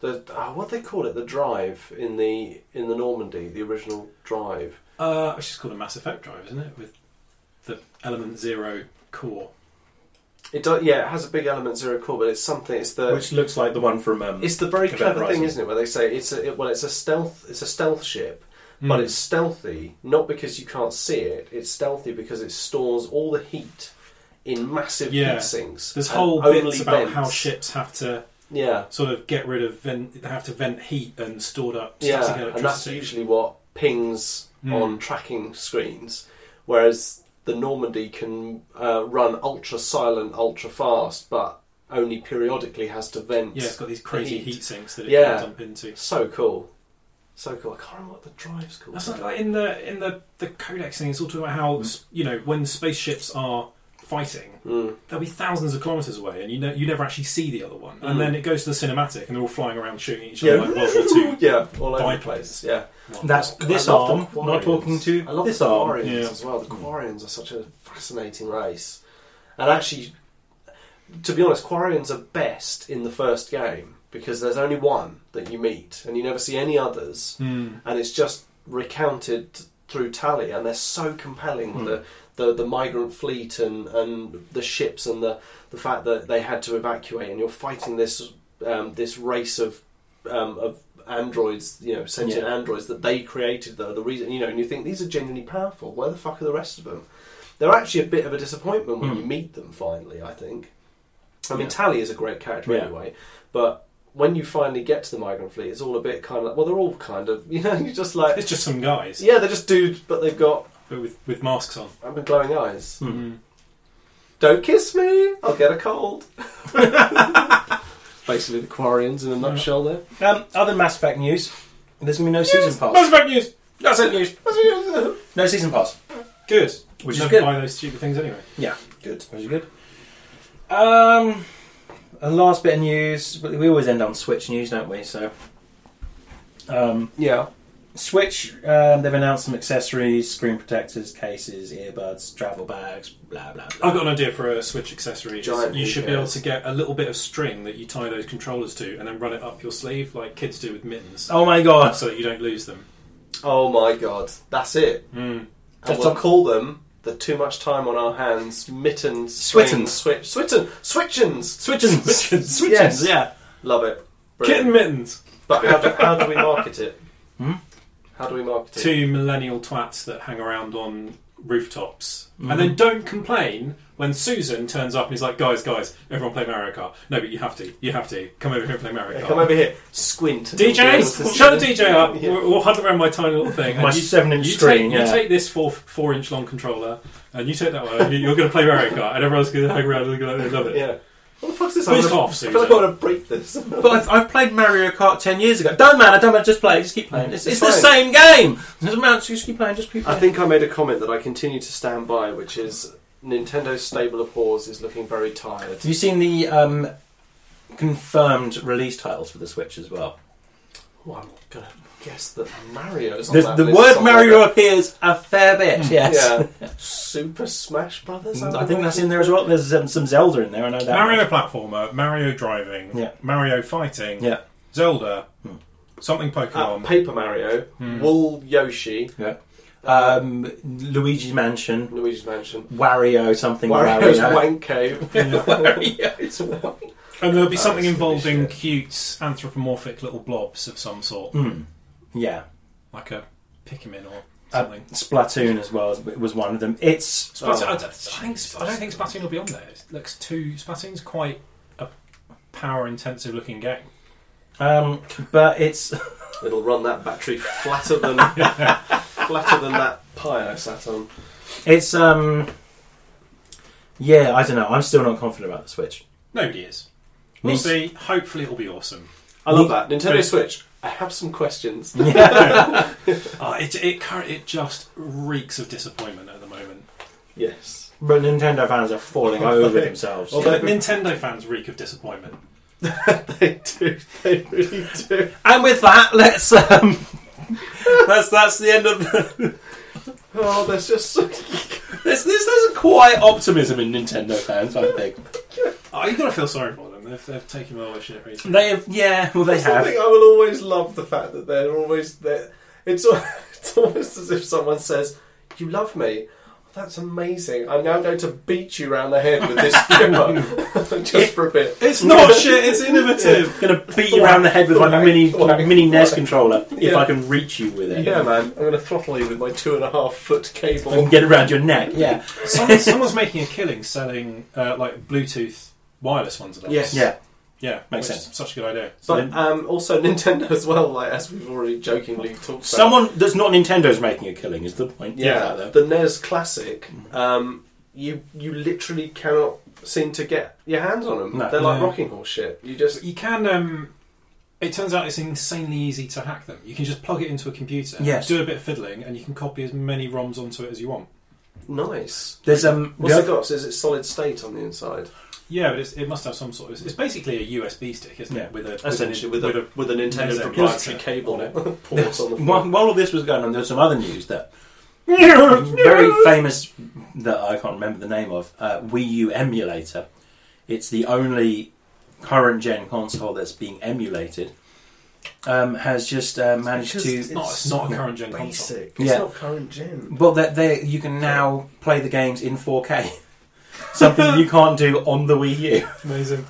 C: the oh, what they call it the drive in the in the Normandy, the original drive.
D: Uh, it's just called a Mass Effect drive, isn't it? With the Element Zero core.
C: It do, yeah, it has a big element zero core, but it's something. It's the
A: Uh, which looks like the one from um,
C: it's the very
A: Event
C: clever
A: Horizon.
C: thing, isn't it? Where they say it's a, it, well, it's a stealth it's a stealth ship, but
D: Mm.
C: it's stealthy not because you can't see it. It's stealthy because it stores all the heat in massive
D: Yeah.
C: heat sinks.
D: There's
C: and
D: whole
C: only
D: bits about
C: vents.
D: how ships have to
C: Yeah,
D: sort of get rid of vent, they have to vent heat and stored up static
C: yeah, and that's
D: electricity.
C: usually what pings
D: Mm.
C: on tracking screens, whereas the Normandy can uh, run ultra silent, ultra fast, but only periodically has to vent.
D: yeah, it's got these crazy
C: heat.
D: heat. sinks that it
C: Yeah.
D: can dump into.
C: So cool, so cool. I can't remember what the drive's called.
D: That's not like in the in the the codex thing. It's all talking about how s you know when spaceships are fighting,
C: Mm.
D: they'll be thousands of kilometers away, and you know you never actually see the other one.
C: Mm.
D: And then it goes to the cinematic, and they're all flying around shooting each
C: Yeah.
D: other like World War Two.
C: Yeah, all over the
D: Biplanes.
C: place. Yeah,
A: That's
C: I
A: this
C: love the
A: arm, not
C: Quarians.
A: talking to
C: I love
A: this
C: the
A: arm.
C: Quarians
D: Yeah.
C: as well. The Quarians are such a fascinating race, and actually, to be honest, Quarians are best in the first game because there's only one that you meet, and you never see any others,
A: Hmm.
D: Mm.
C: and it's just recounted through tally, and they're so compelling.
A: Hmm.
C: The, the the migrant fleet and and the ships and the the fact that they had to evacuate, and you're fighting this um, this race of um, of androids, you know, sentient
A: Yeah.
C: androids that they created. Though the reason, you know, and you think these are genuinely powerful. Where the fuck are the rest of them? They're actually a bit of a disappointment when
A: Hmm.
C: you meet them finally. I think. I mean,
D: Yeah.
C: Tally is a great character
A: Yeah.
C: anyway, but when you finally get to the migrant fleet, it's all a bit kind of well, they're all kind of you know, you're just like
D: It's just some guys,
C: yeah, they're just dudes, but they've got
D: but with with masks on.
C: um, glowing eyes.
A: Hmm.
D: Mm.
C: Don't kiss me, I'll get a cold. Basically, the Quarians in a nutshell. There,
A: Um, other Mass Effect news. There's gonna be no season pass.
D: Mass Effect news.
A: That's it news. No season pass,
D: Good.
A: which
D: Never
A: is good.
D: buy those stupid things anyway.
C: good.
A: Which is good. Um, and last bit of news. but We always end on Switch news, don't we? So, um,
C: Yeah,
A: Switch. Um, they've announced some accessories, screen protectors, cases, earbuds, travel bags, blah blah. blah.
D: I've got an idea for a Switch accessory. It's-
C: Giant
D: you should be able
C: hookahs.
D: to get a little bit of string that you tie those controllers to, and then run it up your sleeve like kids do with mittens,
A: Oh my god!
D: so that you don't lose them.
C: Oh my god, that's it.
D: Mm.
C: And
A: That's
C: we'll
A: a-
C: call them the too much time on our hands mittens, swing,
A: Swittens.
C: switch, switchins, switchins.
A: Switchins,
D: Switchins.
A: Switchins,
C: Yes.
A: yeah.
C: Love it.
D: Kitten
C: Brilliant.
D: mittens.
C: But how do, how do we market it?
A: Hmm?
C: How do we market it?
D: Two millennial twats that hang around on rooftops
A: Mhm.
D: and then don't complain when Susan turns up and is like, "Guys, guys, everyone play Mario Kart." No, but you have to. You have to come over here and play Mario
C: Yeah,
D: Kart.
C: come over here, squint. and you'll be able to
D: DJ,
C: see
D: shut
C: it.
D: the DJ up.
C: Yeah.
D: We'll, we'll hunt around my tiny little thing. and
A: My
D: you-
A: seven-inch
D: you
A: screen,
D: Take,
A: yeah.
D: You take this four four inch long controller, and you take that one. and you- You're going to play Mario Kart, and everyone's going to hang around and gonna love it.
C: Yeah. What the fuck's this?
D: Piss
C: I'm gonna-
D: off,
C: I feel like I
D: Susan.
C: want to break this.
A: But I've, I've played Mario Kart ten years ago. Don't matter. Don't matter. Just play. it, Just keep playing. Mm, It's, it's the
C: It's
A: same game. Doesn't matter. Just keep playing. Just keep
C: I
A: playing.
C: think I made a comment that I continue to stand by, which is Nintendo's stable of whores is looking very tired.
A: Have you seen the um, confirmed release titles for the Switch as well?
C: Oh, I'm gonna guess that Mario's on
A: The,
C: that
A: the
C: list
A: word
C: somewhere.
A: Mario appears a fair bit. Yes. Mm,
C: Yeah. Super Smash Brothers.
A: I think that's in there as well. There's um, some Zelda in there. I know that.
D: Mario
A: much.
D: platformer, Mario driving,
A: Yeah.
D: Mario fighting,
A: Yeah.
D: Zelda,
A: Hmm.
D: something
C: Uh,
D: Pokemon.
C: Paper Mario,
D: Hmm.
C: Wool Yoshi,
A: Um, Luigi's Mansion,
C: Luigi's Mansion,
A: Wario, something
C: Wario's
A: Wario.
C: Wank Cave.
A: Wario's
D: and there'll be
C: Oh,
D: something
C: that's gonna be
D: involving
C: shit.
D: cute anthropomorphic little blobs of some sort,
A: Hmm. Yeah.
D: like a Pikmin or
A: Uh,
D: something.
A: Splatoon as well was one of them. It's
D: Splatoon,
C: Oh,
D: I, don't, I think, I don't think Splatoon will be on there. It looks too. Splatoon's quite a power intensive looking game.
A: um, but it's
C: It'll run that battery flatter than flatter than that pie I sat on.
A: it's um. Yeah, I don't know. I'm still not confident about the Switch.
D: Nobody is. We'll
A: Neat.
D: see. Hopefully, it'll be awesome.
C: I love
A: Me-
C: that Nintendo
D: Really?
C: Switch. I have some questions.
D: Uh, it, it cur- it just reeks of disappointment at the moment.
C: Yes.
A: But Nintendo fans are falling over themselves.
C: Although-
D: Although Nintendo fans reek of disappointment.
C: They do. They really do.
A: And with that, let's um, that's that's the end of
C: Oh, there's just so.
A: There's, there's, there's a quiet optimism in Nintendo fans, I think.
D: Oh, you got to feel sorry for them. They've, they've taken my shit recently.
A: They have, yeah, well, they
C: That's the
A: have.
C: thing, I will always love the fact that they're always there. It's, al- it's almost as if someone says, "You love me." That's amazing. I'm now going to beat you round the head with this stripper just for a bit.
D: It's not shit. It's innovative.
A: gonna beat you around the head with my
C: Thwack,
A: mini
C: thwack,
A: mini NES
C: thwack.
A: controller if
C: Yeah.
A: I can reach you with it
C: Yeah, man. I'm going to throttle you with my two and a half foot cable.
A: and get around your neck. Yeah,
D: Someone, someone's making a killing selling uh, like Bluetooth wireless ones of those.
C: Yes.
A: yeah.
D: yeah,
A: Makes
D: which is Such a good idea.
C: But um, also Nintendo as well, like as we've already jokingly talked about.
A: Someone that's not Nintendo's making a killing is the point.
C: yeah,
A: of that, though.
C: the NES Classic. Um, you you literally cannot seem to get your hands on them.
A: No.
C: They're like
D: No.
C: rocking horse shit. You just
D: You can. Um, it turns out it's insanely easy to hack them. You can just plug it into a computer,
A: Yes.
D: do a bit of fiddling, and you can copy as many ROMs onto it as you want.
C: nice.
A: There's um.
C: What's
A: the
C: it got? Says it's solid state on the inside,
D: Yeah, but it's, it must have some sort of. It's basically a USB stick, isn't
A: Yeah.
D: it? With a with an-
C: essentially with a with a Nintendo
D: Nintendo
C: proprietary
D: connector
C: cable
D: on
C: port on the
A: While,
C: front.
A: while all this was going on, there was some other news that very
B: Very
A: famous that I can't remember the name of uh, Wii U emulator. It's the only current gen console that's being emulated. Um, has just uh, managed
C: because
A: to
C: it's
D: not, it's not a current gen console.
C: Basic.
A: Yeah.
C: It's not current gen.
A: But that there you can now play the games in 4K. Something you can't do on the Wii U.
D: Amazing.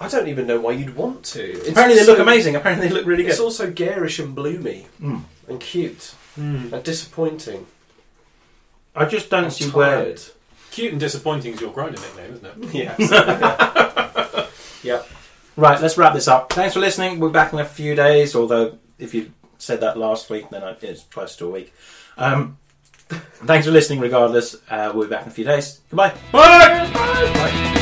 C: I don't even know why you'd want to. It's
A: Apparently they
C: also-
A: look amazing. Apparently they look really
C: It's
A: good.
C: also garish and bloomy
A: Mm.
C: and cute
D: Hmm.
C: and disappointing.
A: I just don't
C: and
A: see where.
C: tired.
D: Cute and disappointing is your grinder nickname, isn't it?
C: Yeah. yep.
A: Right, let's wrap this up. Thanks for listening. We're back in a few days. Although if you said that last week, then I- it's close to a week. Um, thanks for listening. Regardless, uh, we'll be back in a few days. Goodbye.
D: Bye.
C: Right.